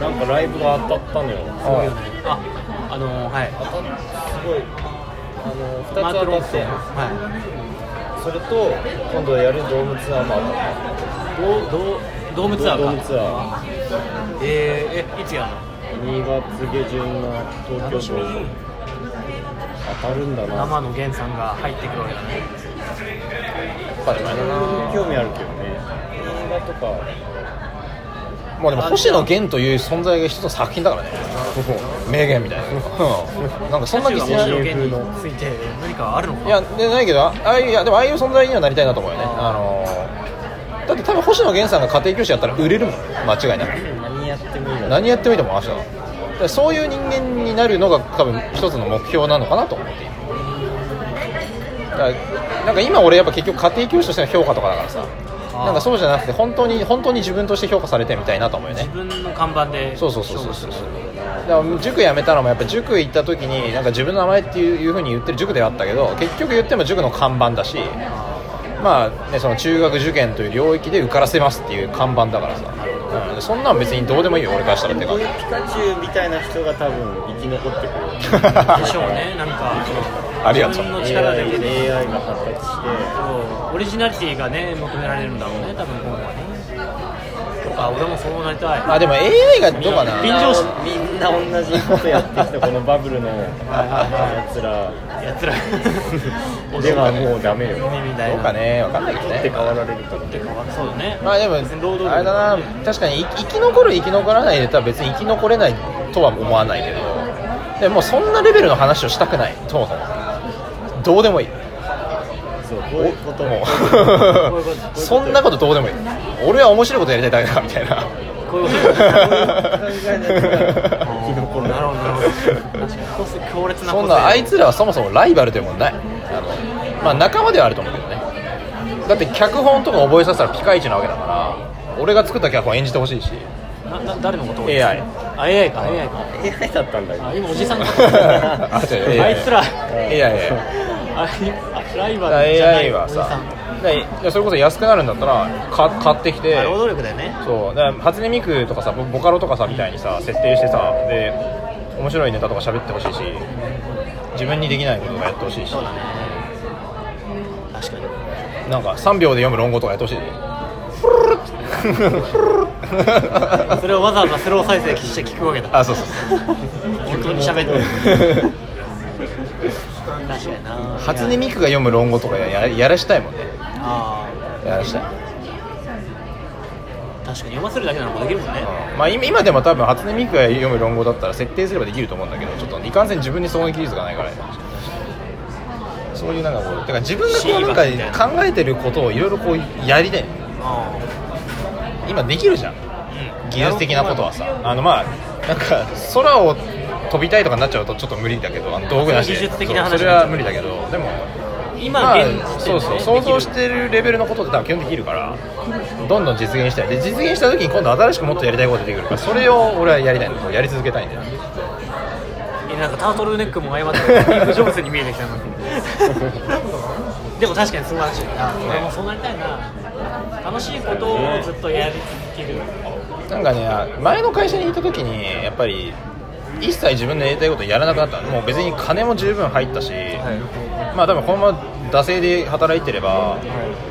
S3: なんかライブが当たったのよ
S1: はい
S2: ああのー、はい
S3: 当たっすごいあの
S2: マー
S3: 2
S2: ク
S3: つ当
S2: ロン
S3: た
S2: ソン
S3: って
S2: は
S3: それと今度やるドームツアーも当たっ
S2: い
S3: た
S2: ドドドームツアーか
S3: ドームツアー
S2: えー、えいつやる
S3: 2月下旬の東京ドーム当たるんだ
S2: の
S3: な
S2: 生の源さんが入ってくるわけだね
S1: 当たり前だな
S3: 興味あるけどね映画とか
S1: もうでも星野源という存在が一つの作品だからね名言みたいな、うん、なんかそんな気
S2: が
S1: し
S2: 星
S1: ない
S2: 野源について何かあるのか
S1: いやでないけどあああいういやでもああいう存在にはなりたいなと思うよねあのーだって多分星野源さんが家庭教師やったら売れるもん間違いなく
S3: 何やってもいいの
S1: 何やってみても明日だだからそういう人間になるのが多分一つの目標なのかなと思っているだからなんか今俺やっぱ結局家庭教師としての評価とかだからさ
S2: あー
S1: なんかそうじゃなくて本当に本当に自分として評価されてみたいなと思うよね
S2: 自分の看板で
S1: そうそうそうそうそうだから塾辞めたのもやっぱ塾行った時になんか自分の名前っていういう風に言ってる塾ではあったけど結局言っても塾の看板だしまあねその中学受験という領域で受からせますっていう看板だからさ、うん、そんなん別にどうでもいいよ俺からしたらって
S3: こ
S1: か
S3: ういうピカチュウみたいな人が多分生き残ってく [laughs] る
S2: でしょうねなんか
S1: ありがとう
S2: 自分の力だ
S3: AI,
S2: けで
S3: AI が発達して
S2: そうオリジナリティがね求められるんだろうね多分今後はねとか俺もそうなりたい
S1: あでも AI がどうかな
S2: 便乗し
S3: みんな同じことやってきたこのバブルのやつら
S2: や
S1: [laughs]
S2: つら
S3: ではもうダメよ
S2: みたい
S1: どう
S2: な
S1: かね分かんないけど
S3: 取って
S1: ね
S3: 代わられるから
S2: てかそうだね
S1: まあでも
S2: 別に労働力
S1: あれだな確かに生き生き残る生き残らないでたら別に生き残れないとは思わないけどでもそんなレベルの話をしたくないそもそもどうでもいい
S3: そうこういうこと [laughs] も
S2: ういうこと
S1: もうそんなことどうでもいい俺は面白いことやりたいだけだみたいな
S2: こういうこと
S3: 考えない
S1: [laughs]
S3: から生
S2: なる
S3: き残る
S2: ほどなるほど確かにこうす強烈な
S1: そ
S2: 個
S1: ん
S2: 性
S1: なあいつらはそもそもライバルでもないあの、まあ、仲間ではあると思うけどねだって脚本とか覚えさせたらピカイチなわけだから俺が作った脚本演じてほしいし
S2: なな誰のこと
S1: AI
S2: あ AI か AI か
S3: AI だったんだ
S2: [laughs] あ
S3: よ
S2: 今おじさんが
S1: [laughs] あ違う AI
S2: あいつら
S1: いやいや
S2: あいライ
S1: だ
S2: バ
S1: から
S2: ルじゃない
S1: AI は
S2: おじ
S1: さだからいやそれこそ安くなるんだったらか買ってきて
S2: さん労働力だよね
S1: そうだから初音ミクとかさボボカロとかさみたいにさ設定してさで面白いネタとか喋ってほしいし自分にできないことがやってほしいし
S2: そうだね確かに
S1: なんか3秒で読む論語とかやってほしい
S2: [laughs] それをわざわざスロー再生して聞くわけだ
S1: あそうそうそう
S2: 本当に喋ってる確かにな
S1: 初音ミクが読む論語とかややらしたいもんね
S2: あ
S1: やらしたい
S2: あ確かに読ませるだけなのもできるもんね
S1: まあ、今今でも多分初音ミクが読む論語だったら設定すればできると思うんだけどちょっといかんせん自分にその技術がないからねそういうなんかこうだから自分がこう
S2: シー
S1: な
S2: バ
S1: んか考えてることをいろいろこうやりたい
S2: あ
S1: 今できるじゃん
S2: あうん
S1: 技術的なことはさあのまあなんか空を飛びたいとかになっちゃうとちょっと無理だけどあの道具なしで
S2: 技術的な話
S1: そうそれは無理だけどでも
S2: 今現時点
S1: そうそ
S2: で
S1: う想像しててるレベルのことって多分基本できるからどんどん実現したいで実現した時に今度新しくもっとやりたいこと出てくるからそれを俺はやりたいんだよやり続けたいんだよ
S2: なんかタートルネックも相まってスティーブ・ジョブズに見えてきたなでも確かに素晴らしいな俺もそうなりたいな楽しいことをずっとやり続ける
S1: なんかね前の会社にいた時にやっぱり一切自分のやりたいことやらなくなったもう別に金も十分入ったし、まあ多分このまま惰性で働いてれば、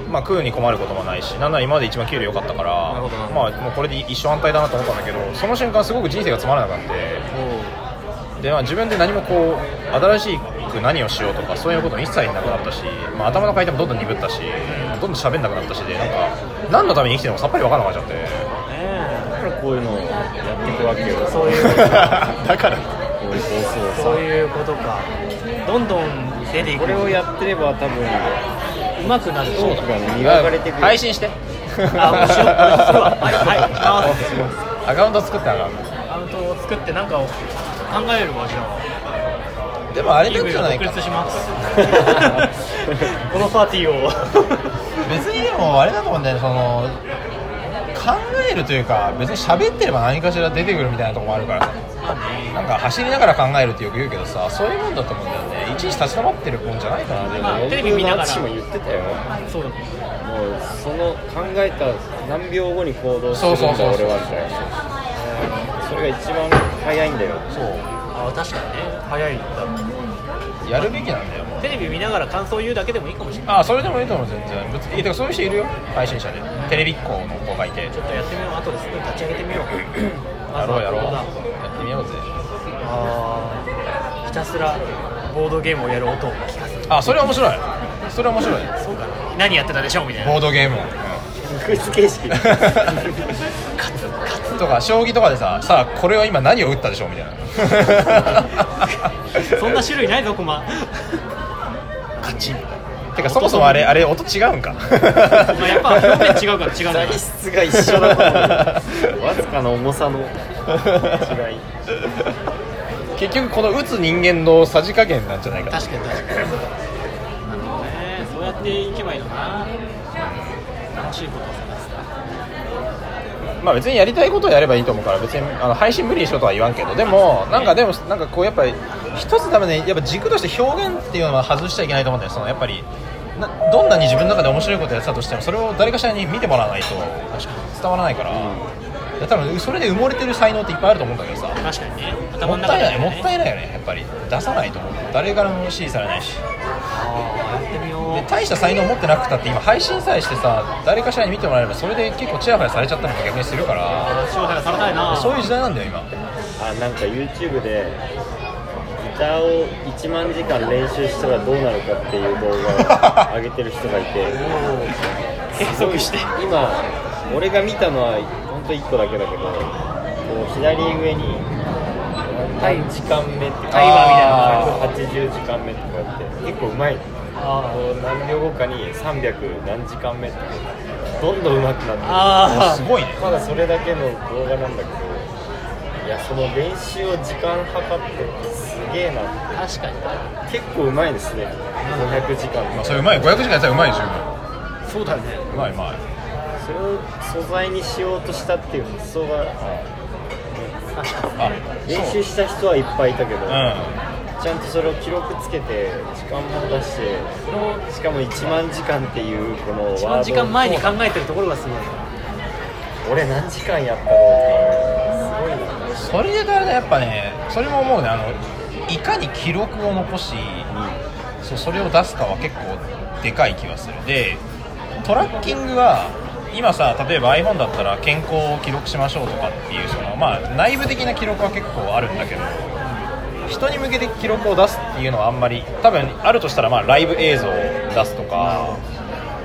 S1: まあ食うに困ることもないしなんなら今まで一番給料良かったから
S2: なるほどなるほ
S1: まあもうこれで一生安泰だなと思ったんだけどその瞬間すごく人生がつまらなくなってで、まあ、自分で何もこう新しく何をしようとかそういうことも一切なくなったし、まあ、頭の回転もどんどん鈍ったしどんどん喋んなくなったしでなんか何のために生きてるのかさっぱり分からなくなっちゃって
S2: ねえ
S3: だからこういうのをやっていくわけよ
S2: そういう
S1: だから
S3: こういう放
S2: そう
S3: 送さ
S2: いうことかどんどん出ていく
S3: これをやってれば多分
S2: うまくなる
S3: そうとかに磨かれてくる
S1: 配信して
S2: あ面白いこれするわはいはいあ
S1: アカウント作ってアカウン
S2: アカウントを作ってなんかを考えるわじゃあ
S1: トでもあれなん
S2: EV
S1: じゃ
S2: が
S1: ない
S2: 独
S1: か
S2: 立
S1: 別
S2: します [laughs] このパーティーを
S1: にでもあれだと思うんだよねその考えるというか別に喋ってれば何かしら出てくるみたいなとこもあるからなんか走りながら考えるってよく言うけどさそういうもんだと思うんだよねいちいち立ち止まってるもんじゃないからね
S2: まあテレビ見ながら
S3: 僕の淳も言ってたよ
S2: そうだね
S3: もうその考えた何秒後に行動するん
S1: そうそう
S3: だ
S1: そうそう
S3: 俺はみたいなそれが一番早いんだよ
S1: そう
S2: あ確かにね早いんだ
S1: やるべきなんだよもう
S2: テレビ見ながら感想言うだけでもいいかもしれない
S1: あそれでもいいと思う全然別にいやてかそういう人いるよ配信者でテレビっ子の子がいて
S2: ちょっとやってみよう後ですぐ立ち上げてみよう [laughs]
S1: やろうやろう
S2: まずは
S1: や
S2: ここ
S1: ってみようぜ
S2: だあーひたすらボードゲームをやる音を聞かせる
S1: あそれ面白いそれ面白い
S2: そうかな何やってたでしょうみたいな
S1: [laughs] ボードゲームを
S3: クイズ形式
S1: とか将棋とかでささあこれは今何を打ったでしょうみ [laughs] たいな
S2: そんな種類ないぞ駒
S1: カチンみたいなてかそもそもあれあれ音違うんか
S2: まあやっぱ表面違うから違うんだな
S3: 材 [laughs] 質が一緒だと思うわずかな重さの違い
S1: [laughs] 結局この打つ人間のさじ加減なんじゃないかな
S2: 確かに確かになるほどねそうやっていけばいいのかな楽しいことを探す
S1: まあ別にやりたいことをやればいいと思うから別にあの配信無理にしろとは言わんけどでもなんかでもなんかこうやっぱり一つ多分ねやっぱ軸として表現っていうのは外しちゃいけないと思うんだよそのやっぱりなどんなに自分の中で面白いことやってたとしてもそれを誰かしらに見てもらわないと伝わらないから、いや多分それで埋もれてる才能っていっぱいあると思うんだけどさ
S2: 確かにね
S1: も
S2: 頭
S1: っ
S2: の
S1: た
S2: 中
S1: いな
S2: で、
S1: い
S2: ね、
S1: もったいないよねやっぱり出さないと思う誰からも支持されないし
S2: あーやってみよ
S1: で大した才能持ってなくたって今配信さえしてさ誰かしらに見てもらえればそれで結構ちやほやされちゃったのも逆にするから
S2: う勝敗されたいな
S1: そういう時代なんだよ今
S3: あなんか YouTube でギターを1万時間練習したらどうなるかっていう動画を上げてる人がい
S2: [laughs]
S3: て
S2: 継続して
S3: 今俺が見たのは本当1個だけだけどこう左上に何時間目って
S2: タイマーみたいなの
S1: あ
S3: 80時間目とかって結構うまい
S2: あ
S3: こう何秒後かに300何時間目ってどんどん上手くなってる
S2: あ
S1: すごいね
S3: まだそれだけの動画なんだけどいやその練習を時間計ってってすげえな
S2: 確かに
S3: 結構うまいですね500時間
S1: ま
S3: の
S1: あ、
S3: そ
S1: それうまい500時間やったらうまい十分
S2: そうだね
S1: うまいうまい
S3: れを素材にしようとしたっていう発想が
S1: あ
S3: 練習した人はいっぱいいたけど、
S1: う
S3: ちゃんとそれを記録つけて時間も出してそれをしかも1万時間っていうこの
S2: 一
S3: ワード
S2: 番時間前に考えてるところがすごい
S3: 俺何時間やったろうっていうすごい
S1: そ
S3: なん
S1: れであれだやっぱねそれも思うねあのいかに記録を残しそうそれを出すかは結構でかい気がするでトラッキングは今さ例えば iPhone だったら健康を記録しましょうとかっていうそのまあ内部的な記録は結構あるんだけど人に向けて記録を出すっていうのはあんまり多分あるとしたらまあライブ映像を出すとか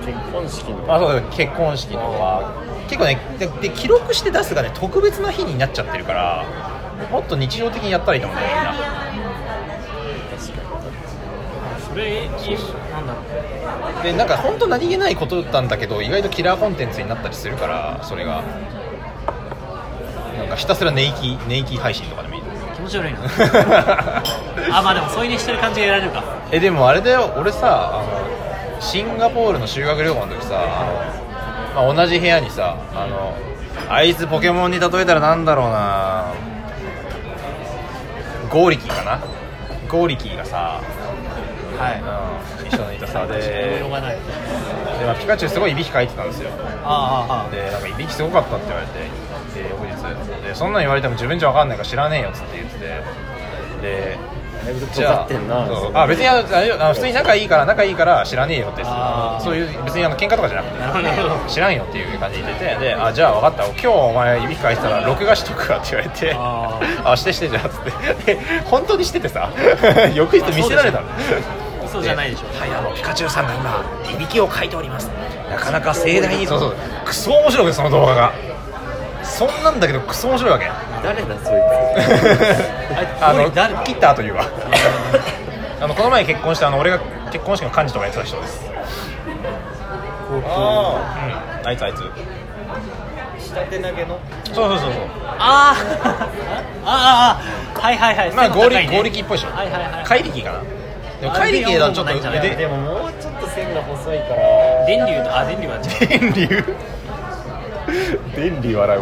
S3: 結婚式の
S1: まあ、そうだ結婚式とか結構ねでで記録して出すがね特別な日になっちゃってるからもっと日常的にやったらいいと思うんだよみんな
S2: それなんだろう
S1: でなんか本当何気ないことだったんだけど意外とキラーコンテンツになったりするからそれがなんかひたすら寝息寝息配信とかでもいい
S2: 気持ち [laughs] 悪いなあまあでも添い寝してる感じが得られるか
S1: えでもあれだよ俺さあのシンガポールの修学旅行の時さあの、まあ、同じ部屋にさあのあいつポケモンに例えたらなんだろうなゴーリキーかなゴーリキーがさ、
S2: は
S1: うん、一緒にいた
S2: [laughs]
S1: さで
S2: いしょう
S1: で、
S2: がない
S1: まあピカチュウすごいいびきかいてたんですよ
S2: ああああ
S1: でなんかいびきすごかったって言われてで翌日でそんなん言われても自分じゃ分かんないから知らねえよっつって言っててで
S3: だいぶ
S1: じゃ
S3: 尖
S1: あ
S3: ってんな
S1: そうあ別にあのあのあの普通に仲いいから仲いいから知らねえよって言って
S2: あ
S1: た
S2: ー
S1: そういう別にあの喧嘩とかじゃなくて
S2: なるほどなるほど
S1: 知らんよっていう感じで言っててであじゃあ分かった今日お前いびきかいてたら録画しとくわって言われて
S2: あ
S1: あしてしてじゃあっつってで本当にしててさ [laughs] 翌日見せられたの
S2: まあ嘘じゃないでしょ
S1: はいあのピカチュウさんが今いびきをかいておりますなかなか盛大にそうそうクソ面白いわけその動画がそんなんだけどクソ面白いわけ
S3: 誰だそい
S1: [laughs] あの
S2: ゴリ誰
S1: キッターというわ [laughs] あのこの前結婚したあの俺が結婚式の幹事とかやってた人です
S3: あ
S1: うんあいつあいつ
S3: つ下手投げの
S1: そうそうそうそう
S2: ああああああはいはいはい
S1: まあ合
S2: 背の高
S1: 力
S2: いね
S1: 合力っぽいでしょ
S2: はいはいはい
S1: 怪力かなでも
S2: あ
S1: 怪力だとちょっと
S2: でもないんじゃない
S1: 腕
S3: でももうちょっと線が細いから
S2: 電流とあ電流は違う
S1: 電流電流笑う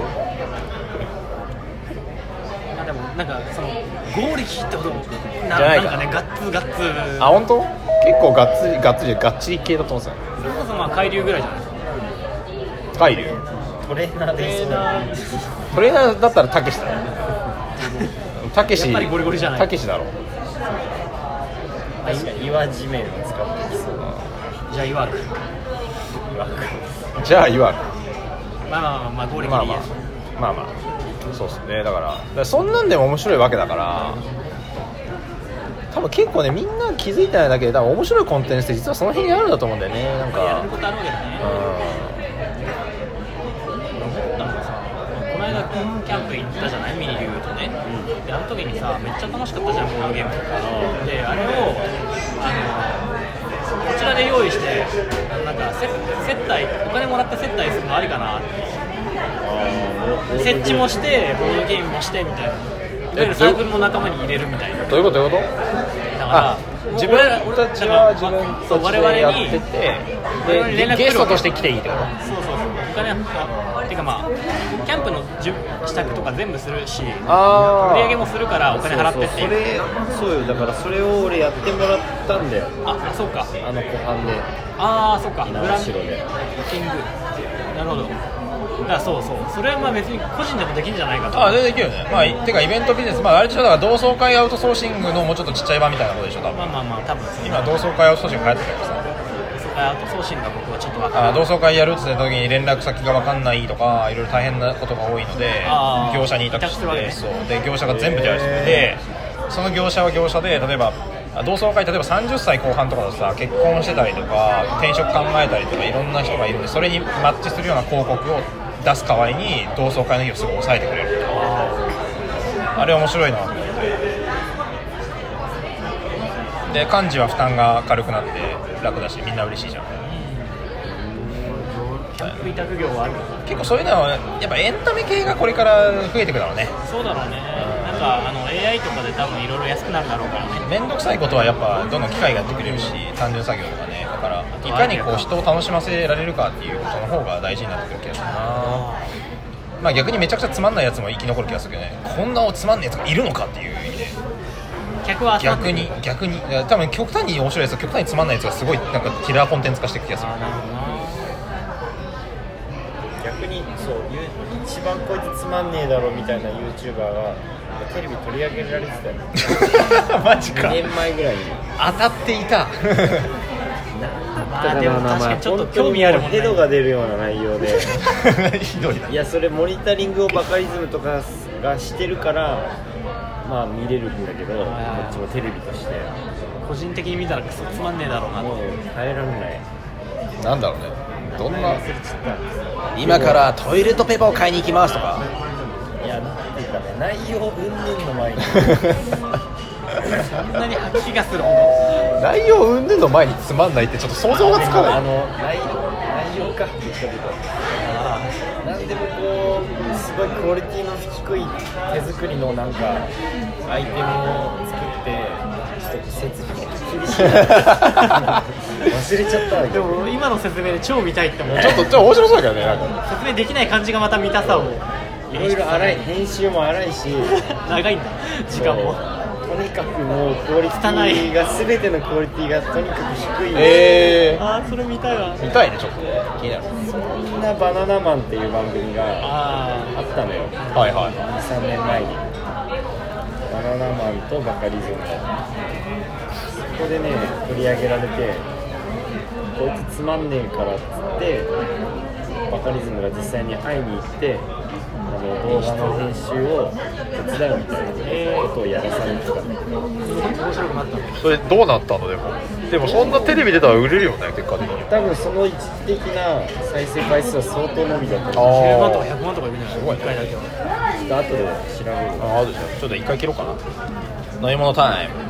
S2: あでもなんかその合力ってことな
S1: じゃない
S2: なん
S1: か
S2: かねガッツガッツ
S1: あ本当結構ガッツリガッツリガッチリ系だと思うんですよ
S2: それこそまあ海流ぐらいじゃないですか
S1: 海流
S3: トレーナーで
S1: トレーナーだったらたけしだねたけし
S2: [laughs] やっぱりゴリゴリじゃない
S1: たけしだろ
S3: 岩地面を使ってそう
S2: じゃあいわく
S1: じゃあいわ
S2: まあまあまあ合力
S1: まあ
S2: でいい
S1: まあ
S2: や
S1: まあまあそうっすねだからだからそんなんでも面白いわけだから多分結構ねみんな気づいてないだけで多分面白いコンテンツって実はその辺にあるんだと思うんだよねなん
S2: や
S1: か
S2: ることあるわけだね
S1: う
S2: キャンプ行ったじゃないミニリュウとね、であの時にさめっちゃ楽しかったじゃんボードゲームとかであれをあのこちらで用意してなんかせ接待お金もらって接待するのありかなって設置もしてボードゲームもしてみたいないわゆるサークルの仲間に入れるみたいなだ
S1: どういうことどういうこ
S2: から
S1: と自分たちは自
S2: そう
S1: 分たち
S2: 我々
S1: でやっ
S2: に
S1: て
S2: 我々に
S1: て
S2: 連絡
S1: で
S2: 来
S1: ゲ
S2: る
S1: ストとして来ていいってこと
S2: そうそうそうお金はてかまあキャンプの準支度とか全部するし
S1: あ
S2: 売り上げもするからお金払ってって
S3: そうそう
S2: いう
S3: それそうよだからそれを俺やってもらったんだよ
S2: あそうか
S3: あの湖畔で
S2: ああそうか
S3: 稲
S2: ブラン
S3: 城で
S2: キングなるほどだからそうそうそれはまあ別に個人でもできるんじゃないかと
S1: ああ全然できるよねまあいてかイベントビジネスまああれでしょだから同窓会アウトソーシングのもうちょっとちっちゃい版みたいなことでしょ多分
S2: まあまあまあ多分そう
S1: 今同窓会アウトソーシング流行ってたけどさ
S2: あと送信が僕はちょっと分か
S1: あ同窓会やるって言った時に連絡先が分かんないとかいろいろ大変なことが多いので
S2: あー
S1: 業者に委託
S2: 委託
S1: し
S2: するわけ
S1: て
S2: ね
S1: そうで業者が全部手配しててその業者は業者で例えばあ同窓会例えば30歳後半とかだとさ結婚してたりとか転職考えたりとかいろんな人がいるんでそれにマッチするような広告を出す代わりに同窓会の費をすごい抑えてくれるあれ面白いなと思ってで幹事は負担が軽くなって楽だしみんな嬉しいじゃん
S2: キャンプ委託業はある
S1: 結構そういうのはやっぱエンタメ系がこれから増えてくだろうね
S2: そうだろうねなんかあの AI とかで多分いろいろ安くなるだろうからね
S1: 面倒くさいことはやっぱどんどん機械がやってくれるし単純作業とかねだからいかにこう人を楽しませられるかっていうことの方が大事になってくる気がする
S2: あ
S1: まあ逆にめちゃくちゃつまんないやつも生き残る気がするけどねこんなつまんないやつがいるのかっていう意味で
S2: あ客は集まって
S1: 逆
S2: くる
S1: に逆にいや多分極端に面白いやつと極端につまんないやつがすごいなんかキラーコンテンツ化していく気がする
S2: ああなるほどな
S3: 逆にそうゆ一番こいつつまんねえだろみたいな YouTuber がテレビ取り上げられてたよ
S1: マジ [laughs]
S3: 2年前ぐらいに
S1: 当たっていた [laughs]
S2: まあでも確かにちょっと興味あるもんね
S3: ヘドが出るような内容で
S1: ひどいない
S3: やそれモニタリングをバカリズムとかがしてるからまあ見れるんだけどこ
S2: あー
S3: っちもテレビとして
S2: 個人的に見たらクソつまんねえだろうな
S3: もう
S2: と
S3: 耐えられない
S1: なんだろうねどんな
S3: 忘れちゃっ
S1: 今からトイレットペーパーを買いに行きますとか
S3: たいやなんていうかね内容云々の
S2: [laughs]
S3: 前に
S2: そんなに吐き気がするほ
S1: [laughs]
S2: ど
S1: 内容云々の前につまんないってちょっと想像がつか
S3: あ
S1: ない
S3: の内容内容かって言ったけどなんでもこうすごいクオリティの低い手作りのなんかアイテムを作ってちょっと設備が厳しい忘れちゃったわけ
S2: でも今の説明で超見たいって思
S1: [laughs]
S2: う
S1: ちょっとちょっと面白そうだけどねなんか
S2: 説明できない感じがまた見たさを
S3: いろいろ荒い編集も荒いし
S2: [laughs] 長いんだ時間も
S3: とにかくもうクオリティが全てのクオリティがとにかく低い、
S1: え
S2: ああそれ見たいわ
S1: ー、見たいねちょっと気になる
S3: こんな「バナナマン」っていう番組が
S2: あ
S3: あったのよ
S1: はいは
S3: 23年前にバナナマンとバカリズムがそこでね取り上げられてこいつつまんねえからっつってバカリズムが実際に会いに行ってあの動画の編集を手伝うみたいなことをやらされてたの
S2: あ面白くなった
S1: いそれどうなったのでもでもそんなテレビ出たら売れるよね結果的に
S3: 多分その一時的な再生回数は相当伸びだった
S1: あ
S3: の
S2: 10万とか100万とかいくんじゃない
S1: すごいね
S2: 1回だけは
S3: ちょっと後で調べる
S1: ああるでしょちょっと一回切ろうかな飲み物タイム